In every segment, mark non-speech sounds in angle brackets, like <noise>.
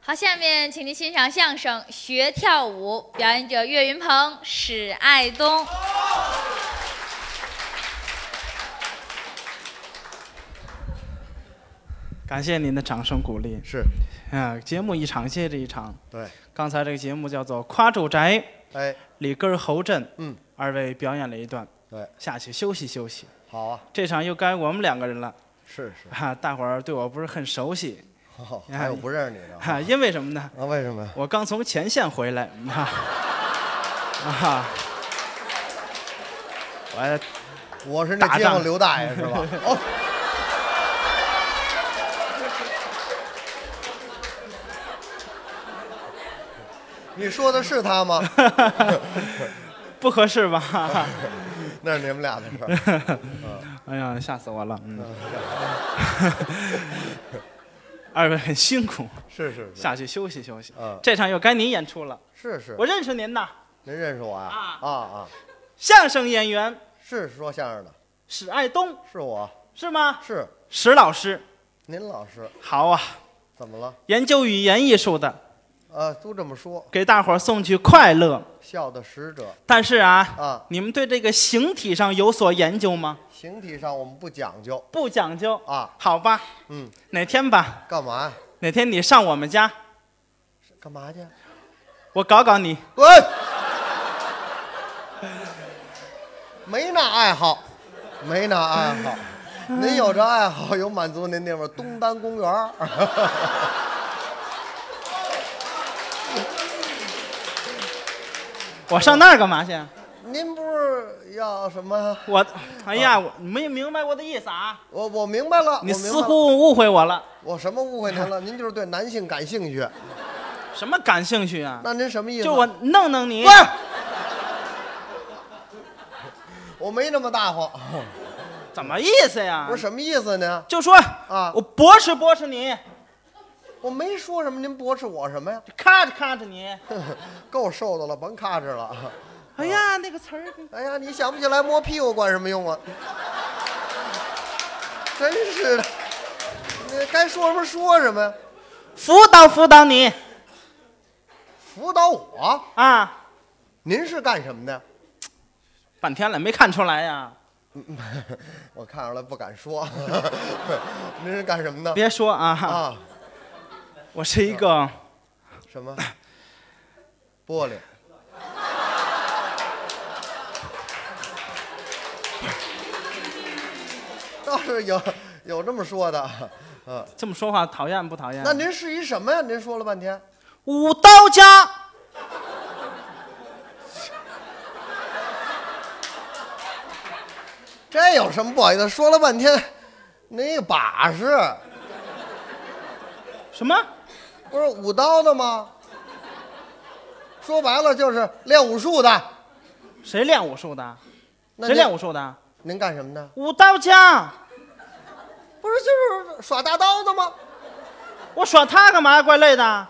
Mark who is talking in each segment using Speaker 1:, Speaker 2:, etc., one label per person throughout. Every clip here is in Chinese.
Speaker 1: 好，下面请您欣赏相声《学跳舞》，表演者岳云鹏、史爱东。
Speaker 2: 感谢您的掌声鼓励。
Speaker 3: 是，
Speaker 2: 啊，节目一场接着一场。
Speaker 3: 对，
Speaker 2: 刚才这个节目叫做《夸住宅》，
Speaker 3: 哎，
Speaker 2: 李根儿、侯震，
Speaker 3: 嗯，
Speaker 2: 二位表演了一段，
Speaker 3: 对，
Speaker 2: 下去休息休息。
Speaker 3: 好啊，
Speaker 2: 这场又该我们两个人了，
Speaker 3: 是是，
Speaker 2: 哈、大伙儿对我不是很熟悉，
Speaker 3: 哦还有不认识你的
Speaker 2: 哈、因为什么呢？
Speaker 3: 啊？为什么呀？
Speaker 2: 我刚从前线回来，哈、啊， <laughs> 我
Speaker 3: 我是那
Speaker 2: 打
Speaker 3: 街
Speaker 2: 仗
Speaker 3: 坊刘大爷是吧？哦，你说的是他吗？
Speaker 2: 不合适吧？ <laughs>
Speaker 3: 那是你们俩的事儿。
Speaker 2: 哎呀，吓死我了！嗯，二位很辛苦，
Speaker 3: 是是是
Speaker 2: 下去休息休息。
Speaker 3: 嗯
Speaker 2: 这场又该您演出了，
Speaker 3: 是是
Speaker 2: 我，认识您呐，
Speaker 3: 您认识我呀？
Speaker 2: 啊
Speaker 3: 啊啊，
Speaker 2: 相声演员
Speaker 3: 是说相声的，
Speaker 2: 史爱东
Speaker 3: 是我，
Speaker 2: 是吗？
Speaker 3: 是
Speaker 2: 史老师，
Speaker 3: 您老师，
Speaker 2: 好啊，
Speaker 3: 怎么了？
Speaker 2: 研究语言艺术的，
Speaker 3: 啊，都这么说，
Speaker 2: 给大伙儿送去快乐。
Speaker 3: 笑的使者
Speaker 2: 但是啊，
Speaker 3: 啊，
Speaker 2: 你们对这个形体上有所研究吗？
Speaker 3: 形体上我们不讲究
Speaker 2: 不讲究，
Speaker 3: 啊，
Speaker 2: 好吧，
Speaker 3: 嗯，
Speaker 2: 哪天吧，
Speaker 3: 干嘛呀？
Speaker 2: 哪天你上我们家，
Speaker 3: 干嘛去？
Speaker 2: 我搞搞你。
Speaker 3: 滚！ <laughs> 没那爱好，没那爱好。您有这爱好，有满足您地方，东单公园儿。
Speaker 2: 我上那儿干嘛去？啊
Speaker 3: 您不是要什么？
Speaker 2: 我，哎呀，我你没明白我的意思啊？
Speaker 3: 我我明白了，
Speaker 2: 你
Speaker 3: 啊我明白
Speaker 2: 似
Speaker 3: 了
Speaker 2: 乎误会我了。
Speaker 3: 我什么误会您了？您就是对男性感兴趣，
Speaker 2: 什么感兴趣啊？
Speaker 3: 那您什么意思？
Speaker 2: 就我弄弄你
Speaker 3: 不，是，我没那么大方。
Speaker 2: 怎么意思呀？
Speaker 3: 我说，什么意思呢？
Speaker 2: 就说
Speaker 3: 啊
Speaker 2: 我驳斥驳斥你，
Speaker 3: 我没说什么，您驳斥我什么呀？ <laughs>
Speaker 2: 咔哧咔哧你。
Speaker 3: 啊够瘦的了，甭咔哧了。
Speaker 2: 哎呀，那个词儿，
Speaker 3: 哎呀，你想不起来摸屁股管什么用啊？真是的，那该说什么说什么呀？
Speaker 2: 辅导辅导你
Speaker 3: 辅导我？
Speaker 2: 啊！
Speaker 3: 您是干什么的？ <laughs>
Speaker 2: 半天了没看出来呀？
Speaker 3: 我看出来不敢说。 <laughs> 您是干什么的？
Speaker 2: 别说啊，
Speaker 3: 啊，
Speaker 2: 我是一个
Speaker 3: 什么？玻璃？ <laughs> 倒是哦有有这么说的，嗯、
Speaker 2: 这么说话讨厌不讨厌？
Speaker 3: 那您是一什么呀？您说了半天，
Speaker 2: 舞刀家
Speaker 3: 这有什么不好意思？说了半天，您一把式
Speaker 2: 什么？
Speaker 3: 不是舞刀的吗？说白了就是练武术的。
Speaker 2: 谁练武术的？
Speaker 3: 那
Speaker 2: 谁
Speaker 3: 您
Speaker 2: 练武术的？
Speaker 3: 您干什么的？
Speaker 2: 舞刀家，
Speaker 3: 不是就是耍大刀的吗？
Speaker 2: 我耍他干嘛呀？怪累的。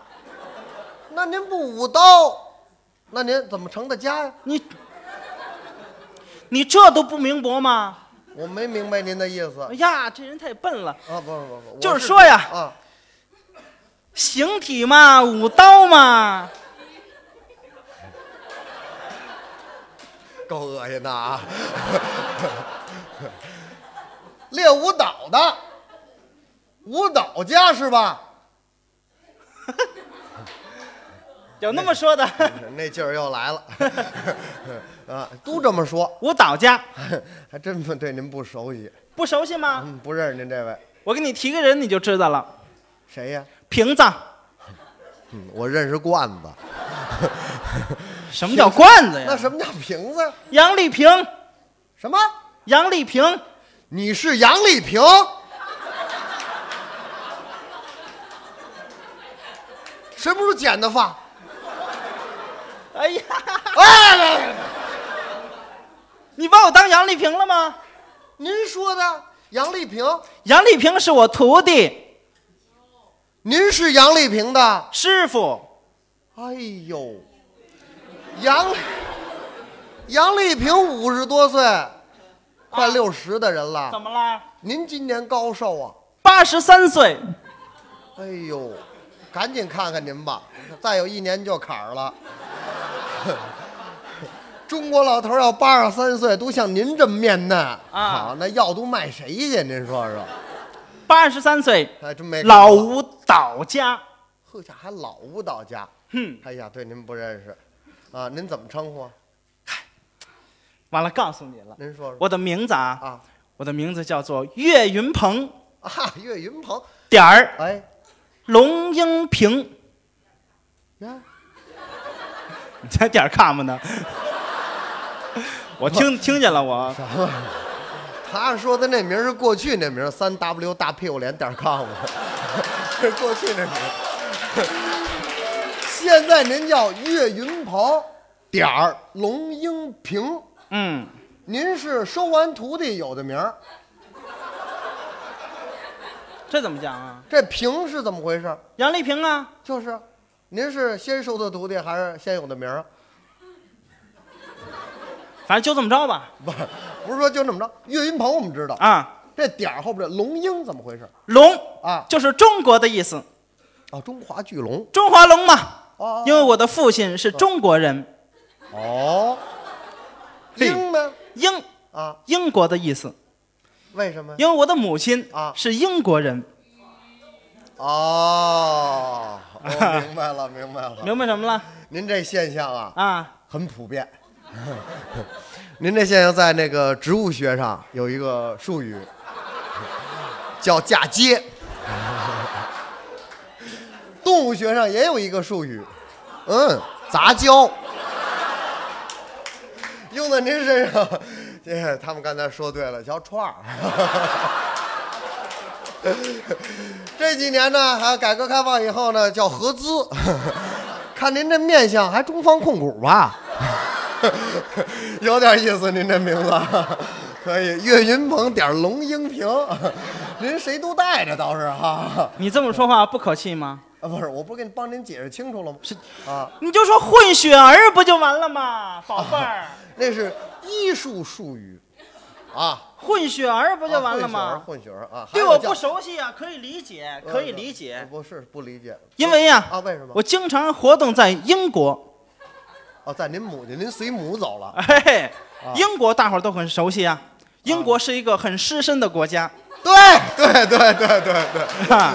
Speaker 3: 那您不舞刀，那您怎么成的家呀？
Speaker 2: 你你这都不明白吗？
Speaker 3: 我没明白您的意思
Speaker 2: 哎呀，这人太笨了。
Speaker 3: 啊！不是不是不是，
Speaker 2: 就是
Speaker 3: 我
Speaker 2: 说呀
Speaker 3: 啊，
Speaker 2: 形体嘛，舞刀嘛，
Speaker 3: 够恶心的啊！ <laughs> 练舞蹈的，舞蹈家是吧？
Speaker 2: 有那么说的。
Speaker 3: 那劲儿又来了，啊，都这么说，
Speaker 2: <laughs> 舞蹈家
Speaker 3: 还真不对您不熟悉，
Speaker 2: 不熟悉吗？
Speaker 3: 嗯，不认识您这位，
Speaker 2: 我给你提个人，你就知道了。
Speaker 3: 谁呀？
Speaker 2: 瓶子，
Speaker 3: 嗯，我认识罐子，
Speaker 2: 什么叫罐子
Speaker 3: 那
Speaker 2: 呀？
Speaker 3: 什么叫瓶子？
Speaker 2: 杨丽萍，
Speaker 3: 什么？
Speaker 2: 杨丽萍，
Speaker 3: 你是杨丽萍？什么时候剪的发？
Speaker 2: 哎呀，
Speaker 3: 哎，
Speaker 2: 你把我当杨丽萍了吗？
Speaker 3: 您说的杨丽萍，
Speaker 2: 杨丽萍是我徒弟
Speaker 3: 您是杨丽萍的？
Speaker 2: 师傅，
Speaker 3: 哎呦，杨杨丽萍五十多岁，快六十的人了。
Speaker 2: 啊怎么了？
Speaker 3: 您今年高寿啊？
Speaker 2: 八十三岁，
Speaker 3: 哎呦，赶紧看看您吧，再有一年就坎儿了。 <laughs> 中国老头儿要八十三岁都像您这么面嫩，
Speaker 2: 啊
Speaker 3: 好，那药都卖谁去？您说说，
Speaker 2: 八十三岁，
Speaker 3: 还真没看
Speaker 2: 老
Speaker 3: 过，
Speaker 2: 舞蹈家。
Speaker 3: 呵，这还老舞蹈家，
Speaker 2: 哼，
Speaker 3: 哎呀，对您不认识，啊，您怎么称呼啊？
Speaker 2: 完了，告诉你了，
Speaker 3: 您说说
Speaker 2: 我的名字啊，
Speaker 3: 啊
Speaker 2: 我的名字叫做岳云鹏，
Speaker 3: 啊，岳云鹏，
Speaker 2: 点儿
Speaker 3: 哎
Speaker 2: 龙英平，
Speaker 3: 呀，
Speaker 2: 你才点儿看不呢？ <laughs> 我听听见了，我
Speaker 3: 他说的那名儿是过去那名儿，三 w 大屁股脸点儿 com，是过去那名儿。现在您叫岳云鹏点儿龙英平，
Speaker 2: 嗯，
Speaker 3: 您是收完徒弟有的名儿，
Speaker 2: 这怎么讲啊？
Speaker 3: 这平是怎么回事？
Speaker 2: 杨丽萍啊，
Speaker 3: 就是，您是先收的徒弟还是先有的名儿？ <laughs>
Speaker 2: 反正就这么着吧。
Speaker 3: 不是，不是说就这么着。岳云鹏我们知道，
Speaker 2: 啊，
Speaker 3: 这点儿后边儿龙英怎么回事？
Speaker 2: 龙
Speaker 3: 啊
Speaker 2: 就是中国的意思，
Speaker 3: 啊，中华巨龙
Speaker 2: 中华龙嘛。
Speaker 3: 哦
Speaker 2: 因为我的父亲是中国人，
Speaker 3: 哦，英呢？
Speaker 2: 英
Speaker 3: 啊，
Speaker 2: 英国的意思。
Speaker 3: 为什么呀？
Speaker 2: 因为我的母亲
Speaker 3: 啊
Speaker 2: 是英国人，
Speaker 3: 哦，我明白了，明白了。
Speaker 2: 明白什么了？
Speaker 3: 您这现象啊，
Speaker 2: 啊，
Speaker 3: 很普遍。 <laughs> 您这现象在那个植物学上有一个术语，叫嫁接。 <laughs> 动物学上也有一个术语，嗯，杂交。用在您身上， <laughs> 这他们刚才说对了，叫串儿。 <laughs> 这几年呢，还改革开放以后呢，叫合资。 <laughs> 看您这面相，还中方控股吧？ <laughs> 有点意思，您这名字 <laughs> 可以。岳云鹏点儿龙英平， <laughs> 您谁都带着倒是哈。 <laughs>
Speaker 2: 你这么说话不可气吗？
Speaker 3: 啊，不是，我不是给你帮您解释清楚了吗？是啊，
Speaker 2: 你就说混血儿不就完了吗，宝贝儿？
Speaker 3: 那是医术术语，啊，
Speaker 2: <laughs> 混血儿不
Speaker 3: 不
Speaker 2: 就完了吗？
Speaker 3: 混血儿混血儿啊，
Speaker 2: 对
Speaker 3: 还有
Speaker 2: 我
Speaker 3: 叫
Speaker 2: 不熟悉啊，可以理解，可以理解。
Speaker 3: 不是不理解，
Speaker 2: 因呃为呀、
Speaker 3: 啊，为什么？
Speaker 2: 我经常活动在英国，
Speaker 3: 哦，在您母亲，您随母走了，
Speaker 2: 嘿嘿
Speaker 3: 啊，
Speaker 2: 英国大伙儿都很熟悉啊。英国是一个很湿身的国家，
Speaker 3: 对对对对对对，
Speaker 2: 哈，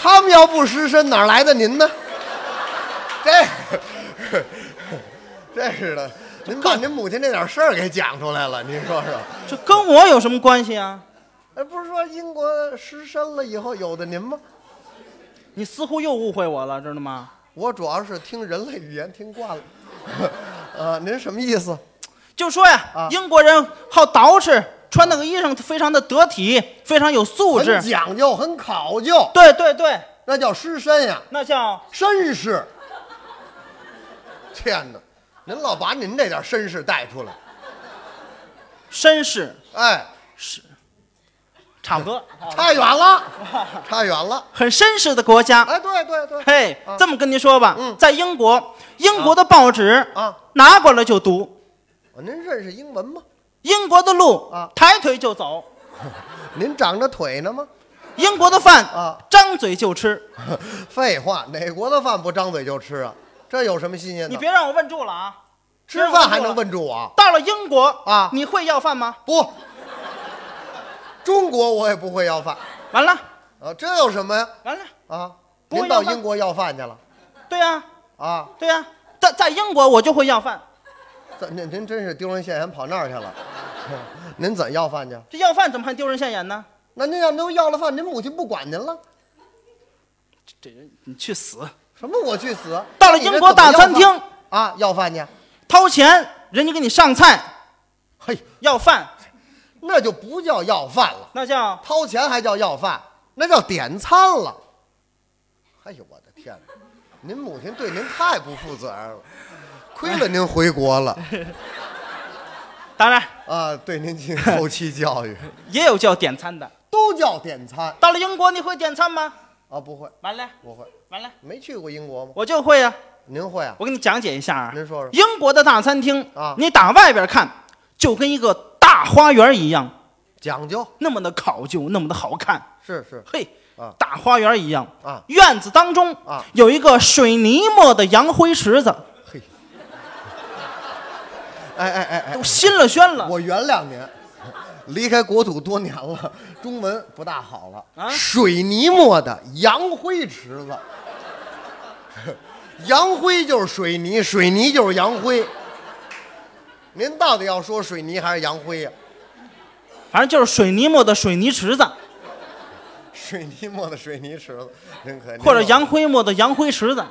Speaker 3: 他们要不失身，哪来的您呢？这，这是的，您把您母亲这点事儿给讲出来了，您说说，
Speaker 2: 这跟我有什么关系啊？
Speaker 3: 哎，不是说英国失身了以后有的您吗？
Speaker 2: 你似乎又误会我了，知道吗？
Speaker 3: 我主要是听人类语言听惯了，呃，您什么意思？
Speaker 2: 就说呀，
Speaker 3: 啊
Speaker 2: 英国人好捯饬，穿那个衣裳非常的得体，非常有素质
Speaker 3: 很。讲究，很考究，
Speaker 2: 对对对，
Speaker 3: 那叫失身呀，
Speaker 2: 那叫
Speaker 3: 绅士。天哪，您老把您这点绅士带出来，
Speaker 2: 绅士，
Speaker 3: 哎，
Speaker 2: 差不多，
Speaker 3: 差远了，差远了。
Speaker 2: 很绅士的国家。
Speaker 3: 哎，对对对，
Speaker 2: 嘿
Speaker 3: 啊，
Speaker 2: 这么跟您说吧，
Speaker 3: 嗯
Speaker 2: 在英国，英国的报纸
Speaker 3: 啊，
Speaker 2: 拿过来就读，
Speaker 3: 您认识英文吗？
Speaker 2: 英国的路
Speaker 3: 啊
Speaker 2: 抬腿就走，
Speaker 3: 您长着腿呢吗？
Speaker 2: 英国的饭
Speaker 3: 啊， <laughs>
Speaker 2: 张嘴就吃。
Speaker 3: 废话，哪国的饭不张嘴就吃啊？这有什么新鲜
Speaker 2: 你
Speaker 3: 的？
Speaker 2: 别让我问住了啊！
Speaker 3: 吃饭还能问住我？
Speaker 2: 到了英国
Speaker 3: 啊
Speaker 2: 你会要饭吗？
Speaker 3: 不，中国我也不会要饭
Speaker 2: 完了，
Speaker 3: 啊，这有什么呀？
Speaker 2: 完了，
Speaker 3: 啊，
Speaker 2: 不会
Speaker 3: 您到
Speaker 2: 要饭
Speaker 3: 英国要饭去了
Speaker 2: 对呀、
Speaker 3: 啊？
Speaker 2: 对呀、在在英国我就会要饭，
Speaker 3: 这您您真是丢人现眼，跑那儿去了？ <laughs> 您怎要饭去？
Speaker 2: 这要饭怎么还丢人现眼呢？
Speaker 3: 那您要您要了饭，您母亲不管您了？
Speaker 2: 这人，你去死！
Speaker 3: 什么？我去死！
Speaker 2: 到了英国大餐厅
Speaker 3: 啊，要饭去？
Speaker 2: 掏钱，人家给你上菜
Speaker 3: 嘿，
Speaker 2: 要饭，
Speaker 3: 那就不叫要饭了，
Speaker 2: 那叫
Speaker 3: 掏钱还叫要饭，那叫点餐了。哎呦，我的天哪！您母亲对您太不负责任了，亏了您回国了
Speaker 2: 当然
Speaker 3: 啊！对您进行后期教育，
Speaker 2: 也有叫点餐的。
Speaker 3: 都叫点餐
Speaker 2: 到了英国你会点餐吗？
Speaker 3: 啊？不会，
Speaker 2: 完了，
Speaker 3: 不会，
Speaker 2: 完了，
Speaker 3: 没去过英国吗？
Speaker 2: 我就会啊。
Speaker 3: 您会啊？
Speaker 2: 我给你讲解一下啊，
Speaker 3: 您说说
Speaker 2: 英国的大餐厅
Speaker 3: 啊
Speaker 2: 你打外边看就跟一个大花园一样，
Speaker 3: 讲究
Speaker 2: 那么的考究，那么的好看。
Speaker 3: 是是，
Speaker 2: 嘿，
Speaker 3: 啊
Speaker 2: 大花园一样
Speaker 3: 啊
Speaker 2: 院子当中
Speaker 3: 啊
Speaker 2: 有一个水泥磨的洋灰池子，
Speaker 3: 嘿，哎哎哎哎
Speaker 2: 都，新了轩了。
Speaker 3: 我原谅您，离开国土多年了，中文不大好了。
Speaker 2: 啊
Speaker 3: 水泥磨的洋灰池子， <laughs> 洋灰就是水泥，水泥就是洋灰。您到底要说水泥还是洋灰呀、 <laughs>
Speaker 2: 反正就是水泥磨的水泥池子，
Speaker 3: 水泥磨的水泥池子，您可
Speaker 2: 或者洋灰磨的洋灰
Speaker 3: <laughs>
Speaker 2: 池子。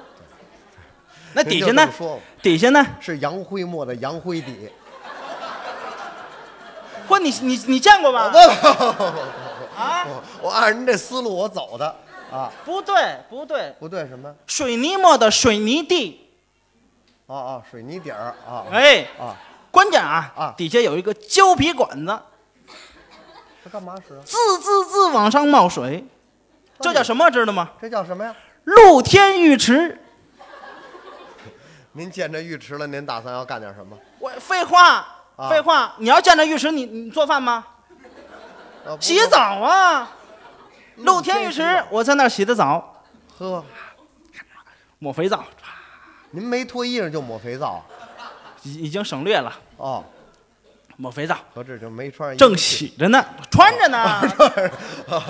Speaker 2: 那底下
Speaker 3: 人家
Speaker 2: 呢
Speaker 3: 这么说我？
Speaker 2: 底下呢？
Speaker 3: 是洋灰磨的洋灰底。 <laughs>
Speaker 2: 嚯，你你你见过吗？啊，
Speaker 3: 我我按着您这思路我走的啊，
Speaker 2: 不对不对，
Speaker 3: 不对什么？
Speaker 2: 水泥磨的水泥地，
Speaker 3: 啊啊，水泥底儿啊
Speaker 2: 哎，
Speaker 3: 啊，
Speaker 2: 关键啊
Speaker 3: 啊
Speaker 2: 底下有一个胶皮管子，
Speaker 3: 这干嘛使啊？
Speaker 2: 滋滋滋往上冒水，这
Speaker 3: 哎
Speaker 2: 叫什么知道吗？
Speaker 3: 这叫什么呀？
Speaker 2: 露天浴池。
Speaker 3: 您见着浴池了，您打算要干点什么？
Speaker 2: 我废话
Speaker 3: 啊
Speaker 2: 废话，你要见着浴池，你你做饭吗？
Speaker 3: 啊不
Speaker 2: 洗澡啊，
Speaker 3: 嗯
Speaker 2: 露天浴池，我在那儿洗的澡，
Speaker 3: 呵，
Speaker 2: 抹肥皂，
Speaker 3: 您没脱衣裳就抹肥皂
Speaker 2: 已已经省略了
Speaker 3: 哦，
Speaker 2: 抹肥皂，
Speaker 3: 合着就没穿衣服
Speaker 2: 正
Speaker 3: <laughs>
Speaker 2: 洗着呢，穿着呢，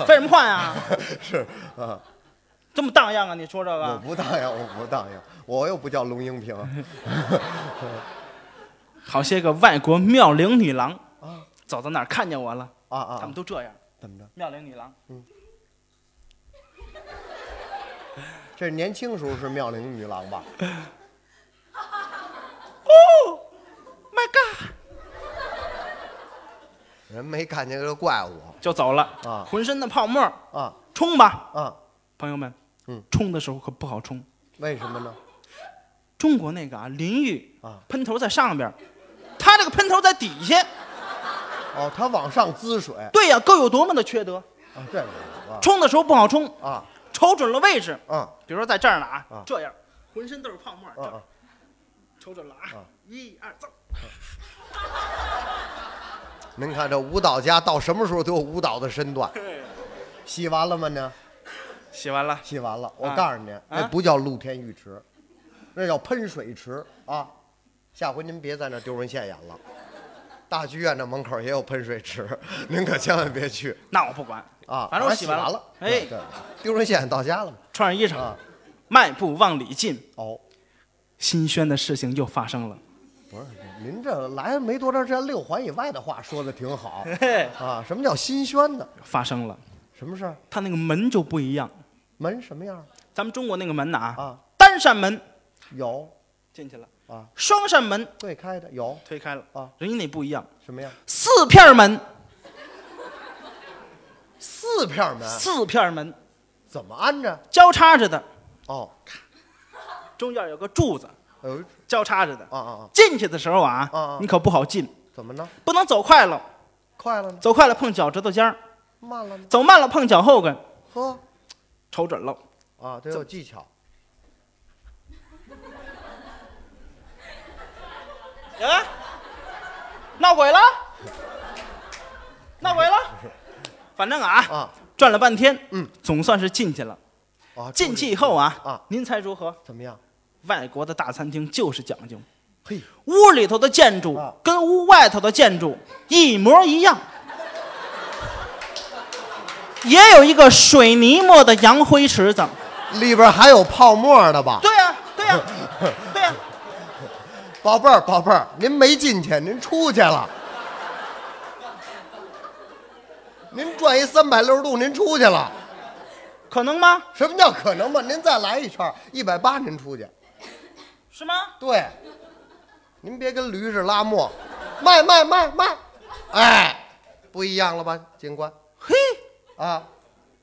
Speaker 2: 废什么话呀？
Speaker 3: 是啊，
Speaker 2: 这么荡漾啊？你说这
Speaker 3: 我
Speaker 2: 个，
Speaker 3: 不荡漾，我不荡漾，我又不叫龙应平
Speaker 2: 好些个外国妙龄女郎
Speaker 3: 啊
Speaker 2: 走到那儿看见我了，
Speaker 3: 啊
Speaker 2: 她
Speaker 3: 啊
Speaker 2: 们！都这样，
Speaker 3: 怎么着？
Speaker 2: 妙龄女郎。
Speaker 3: 这是年轻时候是妙龄女郎吧？
Speaker 2: My God，
Speaker 3: 人没看见就怪我
Speaker 2: 就走了
Speaker 3: 啊
Speaker 2: 浑身的泡沫，
Speaker 3: 啊
Speaker 2: 冲吧，
Speaker 3: 啊！
Speaker 2: 朋友们，
Speaker 3: 嗯，
Speaker 2: 冲的时候可不好冲。
Speaker 3: 为什么呢？
Speaker 2: 中国那个啊，淋浴
Speaker 3: 啊，
Speaker 2: 喷头在上边儿，它这个喷头在底下。
Speaker 3: 哦，它往上滋水啊，
Speaker 2: 对呀、各有多么的缺德！
Speaker 3: 这个
Speaker 2: 冲的时候不好冲，
Speaker 3: 啊啊
Speaker 2: 瞅准了位置，
Speaker 3: 啊
Speaker 2: 比如说在这儿呢啊，
Speaker 3: 啊
Speaker 2: 这样，浑身都是泡沫，
Speaker 3: 啊啊！
Speaker 2: 这瞅准了啊，
Speaker 3: 啊
Speaker 2: 一二走，
Speaker 3: 您看这舞蹈家到什么时候都有舞蹈的身段。洗完了吗呢？
Speaker 2: 洗完了，
Speaker 3: 洗完了，我
Speaker 2: 啊
Speaker 3: 告诉您，那
Speaker 2: 啊
Speaker 3: 不叫露天浴池，那叫喷水池啊！下回您别在那丢人现眼了。大剧院那门口也有喷水池，您可千万别去
Speaker 2: 那我不管
Speaker 3: 啊！
Speaker 2: 反正我
Speaker 3: 啊
Speaker 2: 洗
Speaker 3: 洗
Speaker 2: 完
Speaker 3: 了
Speaker 2: 了，，
Speaker 3: 对
Speaker 2: 哎，
Speaker 3: 对丢人现眼到家了嘛
Speaker 2: 穿上衣裳
Speaker 3: 啊，！
Speaker 2: 迈步往里进，
Speaker 3: 哦，
Speaker 2: 新轩的事情又发生了。
Speaker 3: 不是，您这来没多长时间，六环以外的话说的挺
Speaker 2: <laughs>
Speaker 3: 好
Speaker 2: 嘿，
Speaker 3: 啊。什么叫新鲜呢？
Speaker 2: 发生了，
Speaker 3: 什么事儿？
Speaker 2: 它那个门就不一样。
Speaker 3: 门什么样？
Speaker 2: 咱们中国那个门呐
Speaker 3: 啊，
Speaker 2: 单扇门
Speaker 3: 有
Speaker 2: 进去了
Speaker 3: 啊，
Speaker 2: 双扇门
Speaker 3: 对开的有
Speaker 2: 推开了
Speaker 3: 啊，
Speaker 2: 人家那不一样，
Speaker 3: 什么样？
Speaker 2: 四片门，
Speaker 3: 四片门
Speaker 2: 四片门
Speaker 3: 怎么安着？
Speaker 2: 交叉着的，
Speaker 3: 哦，
Speaker 2: 中间有个柱子
Speaker 3: 哎呦，
Speaker 2: 交叉着的。
Speaker 3: 啊啊啊，
Speaker 2: 进去的时候啊，
Speaker 3: 啊啊
Speaker 2: 你可不好进，
Speaker 3: 怎么呢？
Speaker 2: 不能走快了，
Speaker 3: 快了呢？
Speaker 2: 走快了碰脚趾头尖儿，
Speaker 3: 慢了呢？
Speaker 2: 走慢了碰脚后跟，
Speaker 3: 呵，
Speaker 2: 瞅准了，
Speaker 3: 啊，得有技巧。
Speaker 2: 哎，闹鬼了，闹鬼了，反正啊，
Speaker 3: 啊
Speaker 2: 转了半天，
Speaker 3: 嗯，
Speaker 2: 总算是进去了。
Speaker 3: 啊，
Speaker 2: 进去以后啊，
Speaker 3: 啊
Speaker 2: 您猜如何？
Speaker 3: 怎么样？
Speaker 2: 外国的大餐厅就是讲究，
Speaker 3: 嘿，
Speaker 2: 屋里头的建筑
Speaker 3: 啊
Speaker 2: 跟屋外头的建筑一模一样，也有一个水泥磨的洋灰池子。
Speaker 3: 里边还有泡沫的吧？
Speaker 2: 对呀、对
Speaker 3: <laughs>
Speaker 2: 呀、对呀、
Speaker 3: 宝贝儿，宝贝儿，您没进去，您出去了。您转一三百六十度，您出去了。
Speaker 2: 可能吗？
Speaker 3: 什么叫可能吗？您再来一圈，一百八您出去。
Speaker 2: 是吗？
Speaker 3: 对，您别跟驴似的拉磨，卖卖卖卖，哎，不一样了吧，警官？
Speaker 2: 嘿，
Speaker 3: 啊，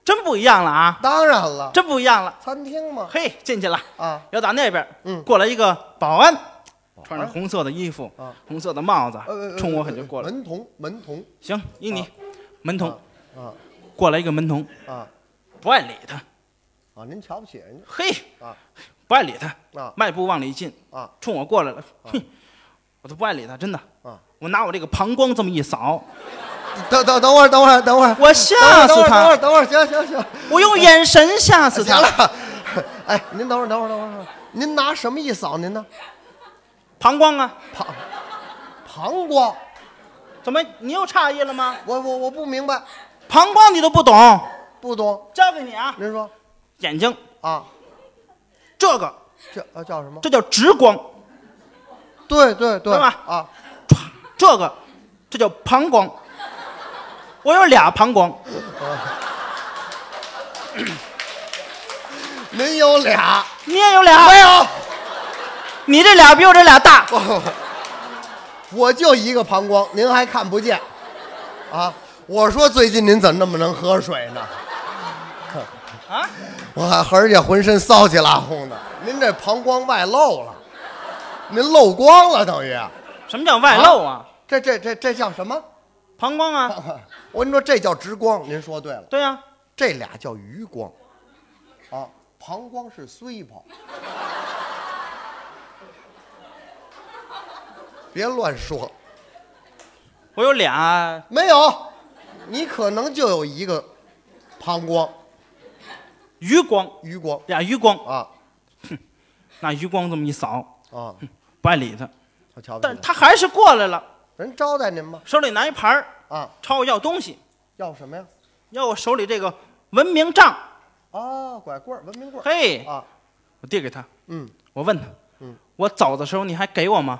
Speaker 2: 真不一样了啊！
Speaker 3: 当然了，
Speaker 2: 真不一样了。
Speaker 3: 餐厅嘛，
Speaker 2: 嘿，进去了，
Speaker 3: 啊，
Speaker 2: 要打那边，
Speaker 3: 嗯
Speaker 2: 过来一个保安，穿着红色的衣服，
Speaker 3: 啊
Speaker 2: 红色的帽子，
Speaker 3: 呃，
Speaker 2: 冲我很就过来。
Speaker 3: 门童，门童，
Speaker 2: 行，依你。
Speaker 3: 啊
Speaker 2: 门童、
Speaker 3: 啊
Speaker 2: 过来一个门童，
Speaker 3: 啊
Speaker 2: 不爱理他。
Speaker 3: 啊，您瞧不起人
Speaker 2: 嘿，
Speaker 3: 啊
Speaker 2: 不爱理他，
Speaker 3: 家啊
Speaker 2: 迈步往里进，
Speaker 3: 啊
Speaker 2: 冲我过来了。哼，我都不爱理他，真的。
Speaker 3: 啊
Speaker 2: 我拿我这个膀胱这么一扫，
Speaker 3: 等等等会儿，等会儿，等会儿，
Speaker 2: <laughs> 我吓死
Speaker 3: 等会儿，
Speaker 2: 他，
Speaker 3: 等会儿，等会儿，行行行，
Speaker 2: 我用眼神吓死
Speaker 3: 行
Speaker 2: 他。
Speaker 3: 了。哎，您等会儿，等会儿，等会儿等会儿，您拿什么一扫您呢？
Speaker 2: 膀胱啊，
Speaker 3: 膀 <laughs> 膀胱，
Speaker 2: 怎么你又诧异了吗？
Speaker 3: 我我我不明白，
Speaker 2: 膀胱你都不懂，
Speaker 3: 不懂。
Speaker 2: 交给你啊。
Speaker 3: 您说
Speaker 2: 眼睛，
Speaker 3: 啊，
Speaker 2: 这个
Speaker 3: 这呃叫什么？
Speaker 2: 这叫直光，
Speaker 3: 对对对
Speaker 2: 对吧
Speaker 3: 啊，
Speaker 2: 这个这叫膀胱。我有俩膀胱，
Speaker 3: 您有俩，
Speaker 2: 你也有俩，
Speaker 3: 没有？
Speaker 2: 你这俩比我这俩大。
Speaker 3: <laughs> 我就一个膀胱，您还看不见，啊！我说最近您怎么那么能喝水呢？
Speaker 2: 啊，
Speaker 3: 我看而且浑身骚气拉轰的，您这膀胱外露了，您漏光了等于，
Speaker 2: 什么叫外露啊？
Speaker 3: 这这这这叫什么？
Speaker 2: 膀胱啊，
Speaker 3: <laughs> 我跟你说，这叫直光，您说对了，
Speaker 2: 对啊，
Speaker 3: 这俩叫余光，啊，膀胱是虽膀，别乱说。
Speaker 2: 我有俩
Speaker 3: 没有，你可能就有一个膀胱
Speaker 2: 余光，
Speaker 3: 余光
Speaker 2: 俩余光，
Speaker 3: 啊
Speaker 2: 那余光这么一扫，
Speaker 3: 啊，
Speaker 2: 不爱理他，
Speaker 3: 我瞧不
Speaker 2: 但
Speaker 3: 起
Speaker 2: 是他还是过来了，
Speaker 3: 人招待您吧
Speaker 2: 手里拿一盘儿，
Speaker 3: 啊，
Speaker 2: 朝我要东西，
Speaker 3: 要什么呀？
Speaker 2: 要我手里这个文明杖，
Speaker 3: 啊，拐棍儿文明棍儿
Speaker 2: 嘿，
Speaker 3: 啊，
Speaker 2: 我递给他，
Speaker 3: 嗯，
Speaker 2: 我问他，
Speaker 3: 嗯
Speaker 2: 我走的时候你还给我吗？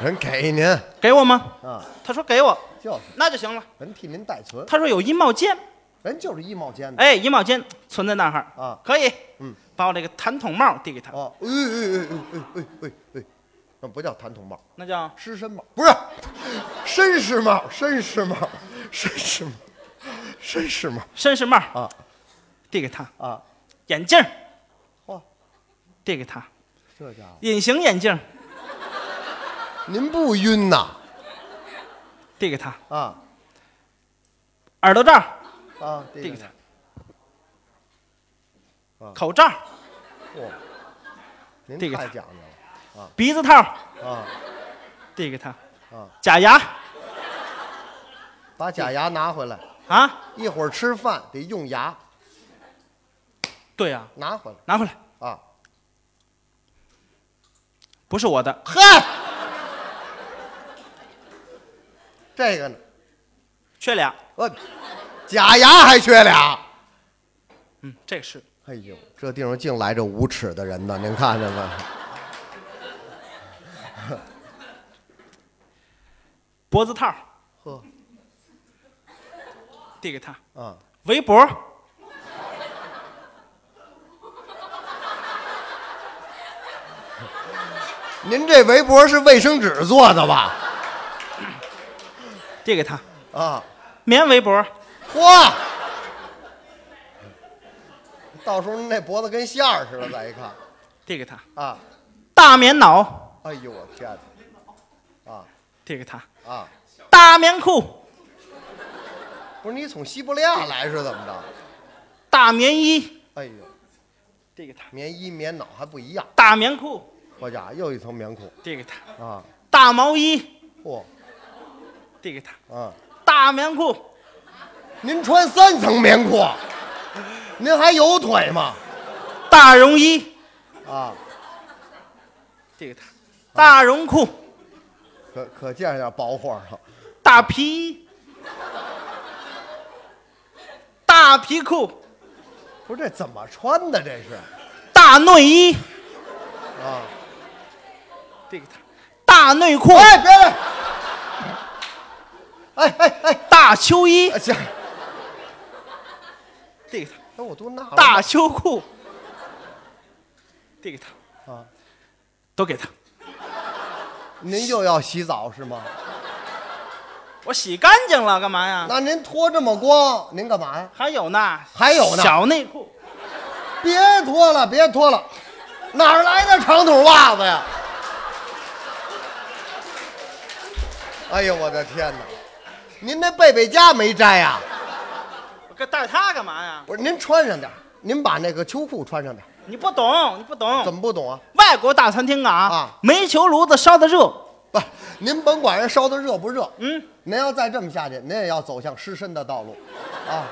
Speaker 3: 人给您
Speaker 2: 给我吗？
Speaker 3: 啊，
Speaker 2: 他说给我，
Speaker 3: 就是
Speaker 2: 那就行了。
Speaker 3: 人替您代存，
Speaker 2: 他说有衣帽间，
Speaker 3: 人就是衣帽间的
Speaker 2: 哎，衣帽间存在那儿，
Speaker 3: 啊，
Speaker 2: 可以，
Speaker 3: 嗯，
Speaker 2: 把我这个弹筒帽递给他，
Speaker 3: 哦，哎哎哎哎哎哎哎，那不叫弹筒帽，
Speaker 2: 那叫
Speaker 3: 湿身帽不是，绅士帽，绅士帽，绅士帽，绅士帽
Speaker 2: 绅士帽，
Speaker 3: 啊
Speaker 2: 递给他，
Speaker 3: 啊，
Speaker 2: 眼镜儿
Speaker 3: 嚯，
Speaker 2: 递给他，
Speaker 3: 这家伙
Speaker 2: 隐形眼镜儿
Speaker 3: 您不晕呐
Speaker 2: 递给他，
Speaker 3: 啊？
Speaker 2: 耳朵罩儿
Speaker 3: 啊，
Speaker 2: 递给
Speaker 3: 他
Speaker 2: 他，
Speaker 3: 啊
Speaker 2: 口罩儿、
Speaker 3: 哇，您
Speaker 2: 递给
Speaker 3: 太
Speaker 2: 他
Speaker 3: 讲究了
Speaker 2: 鼻子套儿
Speaker 3: 啊！
Speaker 2: 递给他
Speaker 3: 啊，
Speaker 2: 假牙
Speaker 3: 把假牙拿回来，
Speaker 2: 啊，
Speaker 3: 一会儿吃饭得用牙
Speaker 2: 对呀、
Speaker 3: 拿回来
Speaker 2: 拿回来，
Speaker 3: 啊！
Speaker 2: 不是我的，
Speaker 3: 嗨，这个呢，
Speaker 2: 缺俩，
Speaker 3: 我假牙还缺俩。
Speaker 2: 嗯，这个是
Speaker 3: 哎呦，这地方净来这无耻的人呢，您看见吗？
Speaker 2: 脖子套儿
Speaker 3: 呵，
Speaker 2: 递给他，
Speaker 3: 啊，
Speaker 2: 围脖儿
Speaker 3: 您这围脖是卫生纸做的吧？
Speaker 2: 递给他，
Speaker 3: 啊，
Speaker 2: 棉围脖儿
Speaker 3: 嚯！到时候您那脖子跟线儿似的，再一看
Speaker 2: 递给他，
Speaker 3: 啊，
Speaker 2: 大棉袄
Speaker 3: 哎呦我天哪！啊
Speaker 2: 递给他，
Speaker 3: 啊，
Speaker 2: 大棉裤、
Speaker 3: 不是你从西伯利亚来是怎么着？
Speaker 2: 大棉衣
Speaker 3: 哎呦，
Speaker 2: 递给他，
Speaker 3: 棉衣棉袄还不一样，
Speaker 2: 大棉裤
Speaker 3: 好家伙，又一层棉裤
Speaker 2: 递给他，
Speaker 3: 啊！
Speaker 2: 大毛衣
Speaker 3: 嚯、
Speaker 2: 递给他，
Speaker 3: 啊！
Speaker 2: 大棉裤
Speaker 3: 您穿三层棉裤，您还有腿吗？
Speaker 2: 大绒衣。
Speaker 3: 啊，
Speaker 2: 递给他，大绒裤、
Speaker 3: 可可见点薄货了。
Speaker 2: 大皮衣、大皮裤、
Speaker 3: 不是这怎么穿的？这是
Speaker 2: 大内衣，
Speaker 3: 啊！
Speaker 2: 递给他，大内裤、
Speaker 3: 哎，别来！哎哎哎
Speaker 2: 大秋衣
Speaker 3: 哎，，行，
Speaker 2: 递给他，
Speaker 3: 哎我都纳了
Speaker 2: 大秋裤，递给他，
Speaker 3: 啊！
Speaker 2: 都给他。
Speaker 3: 您又要洗澡是吗？
Speaker 2: 我洗干净了，干嘛呀？
Speaker 3: 那您脱这么光，您干嘛呀？
Speaker 2: 还有呢，
Speaker 3: 还有呢
Speaker 2: 小内裤，
Speaker 3: 别脱了，别脱了，哪儿来的长筒袜子呀？哎呦，我的天哪！您那贝贝佳没摘呀、
Speaker 2: 我跟带他干嘛呀？
Speaker 3: 不是，您穿上点儿，您把那个秋裤穿上点儿。
Speaker 2: 你不懂，你不懂。
Speaker 3: 怎么不懂啊？
Speaker 2: 外国大餐厅啊，
Speaker 3: 啊
Speaker 2: 煤球炉子烧的热，
Speaker 3: 不，您甭管人烧的热不热，
Speaker 2: 嗯，
Speaker 3: 您要再这么下去，您也要走向失身的道路，啊，
Speaker 2: 啊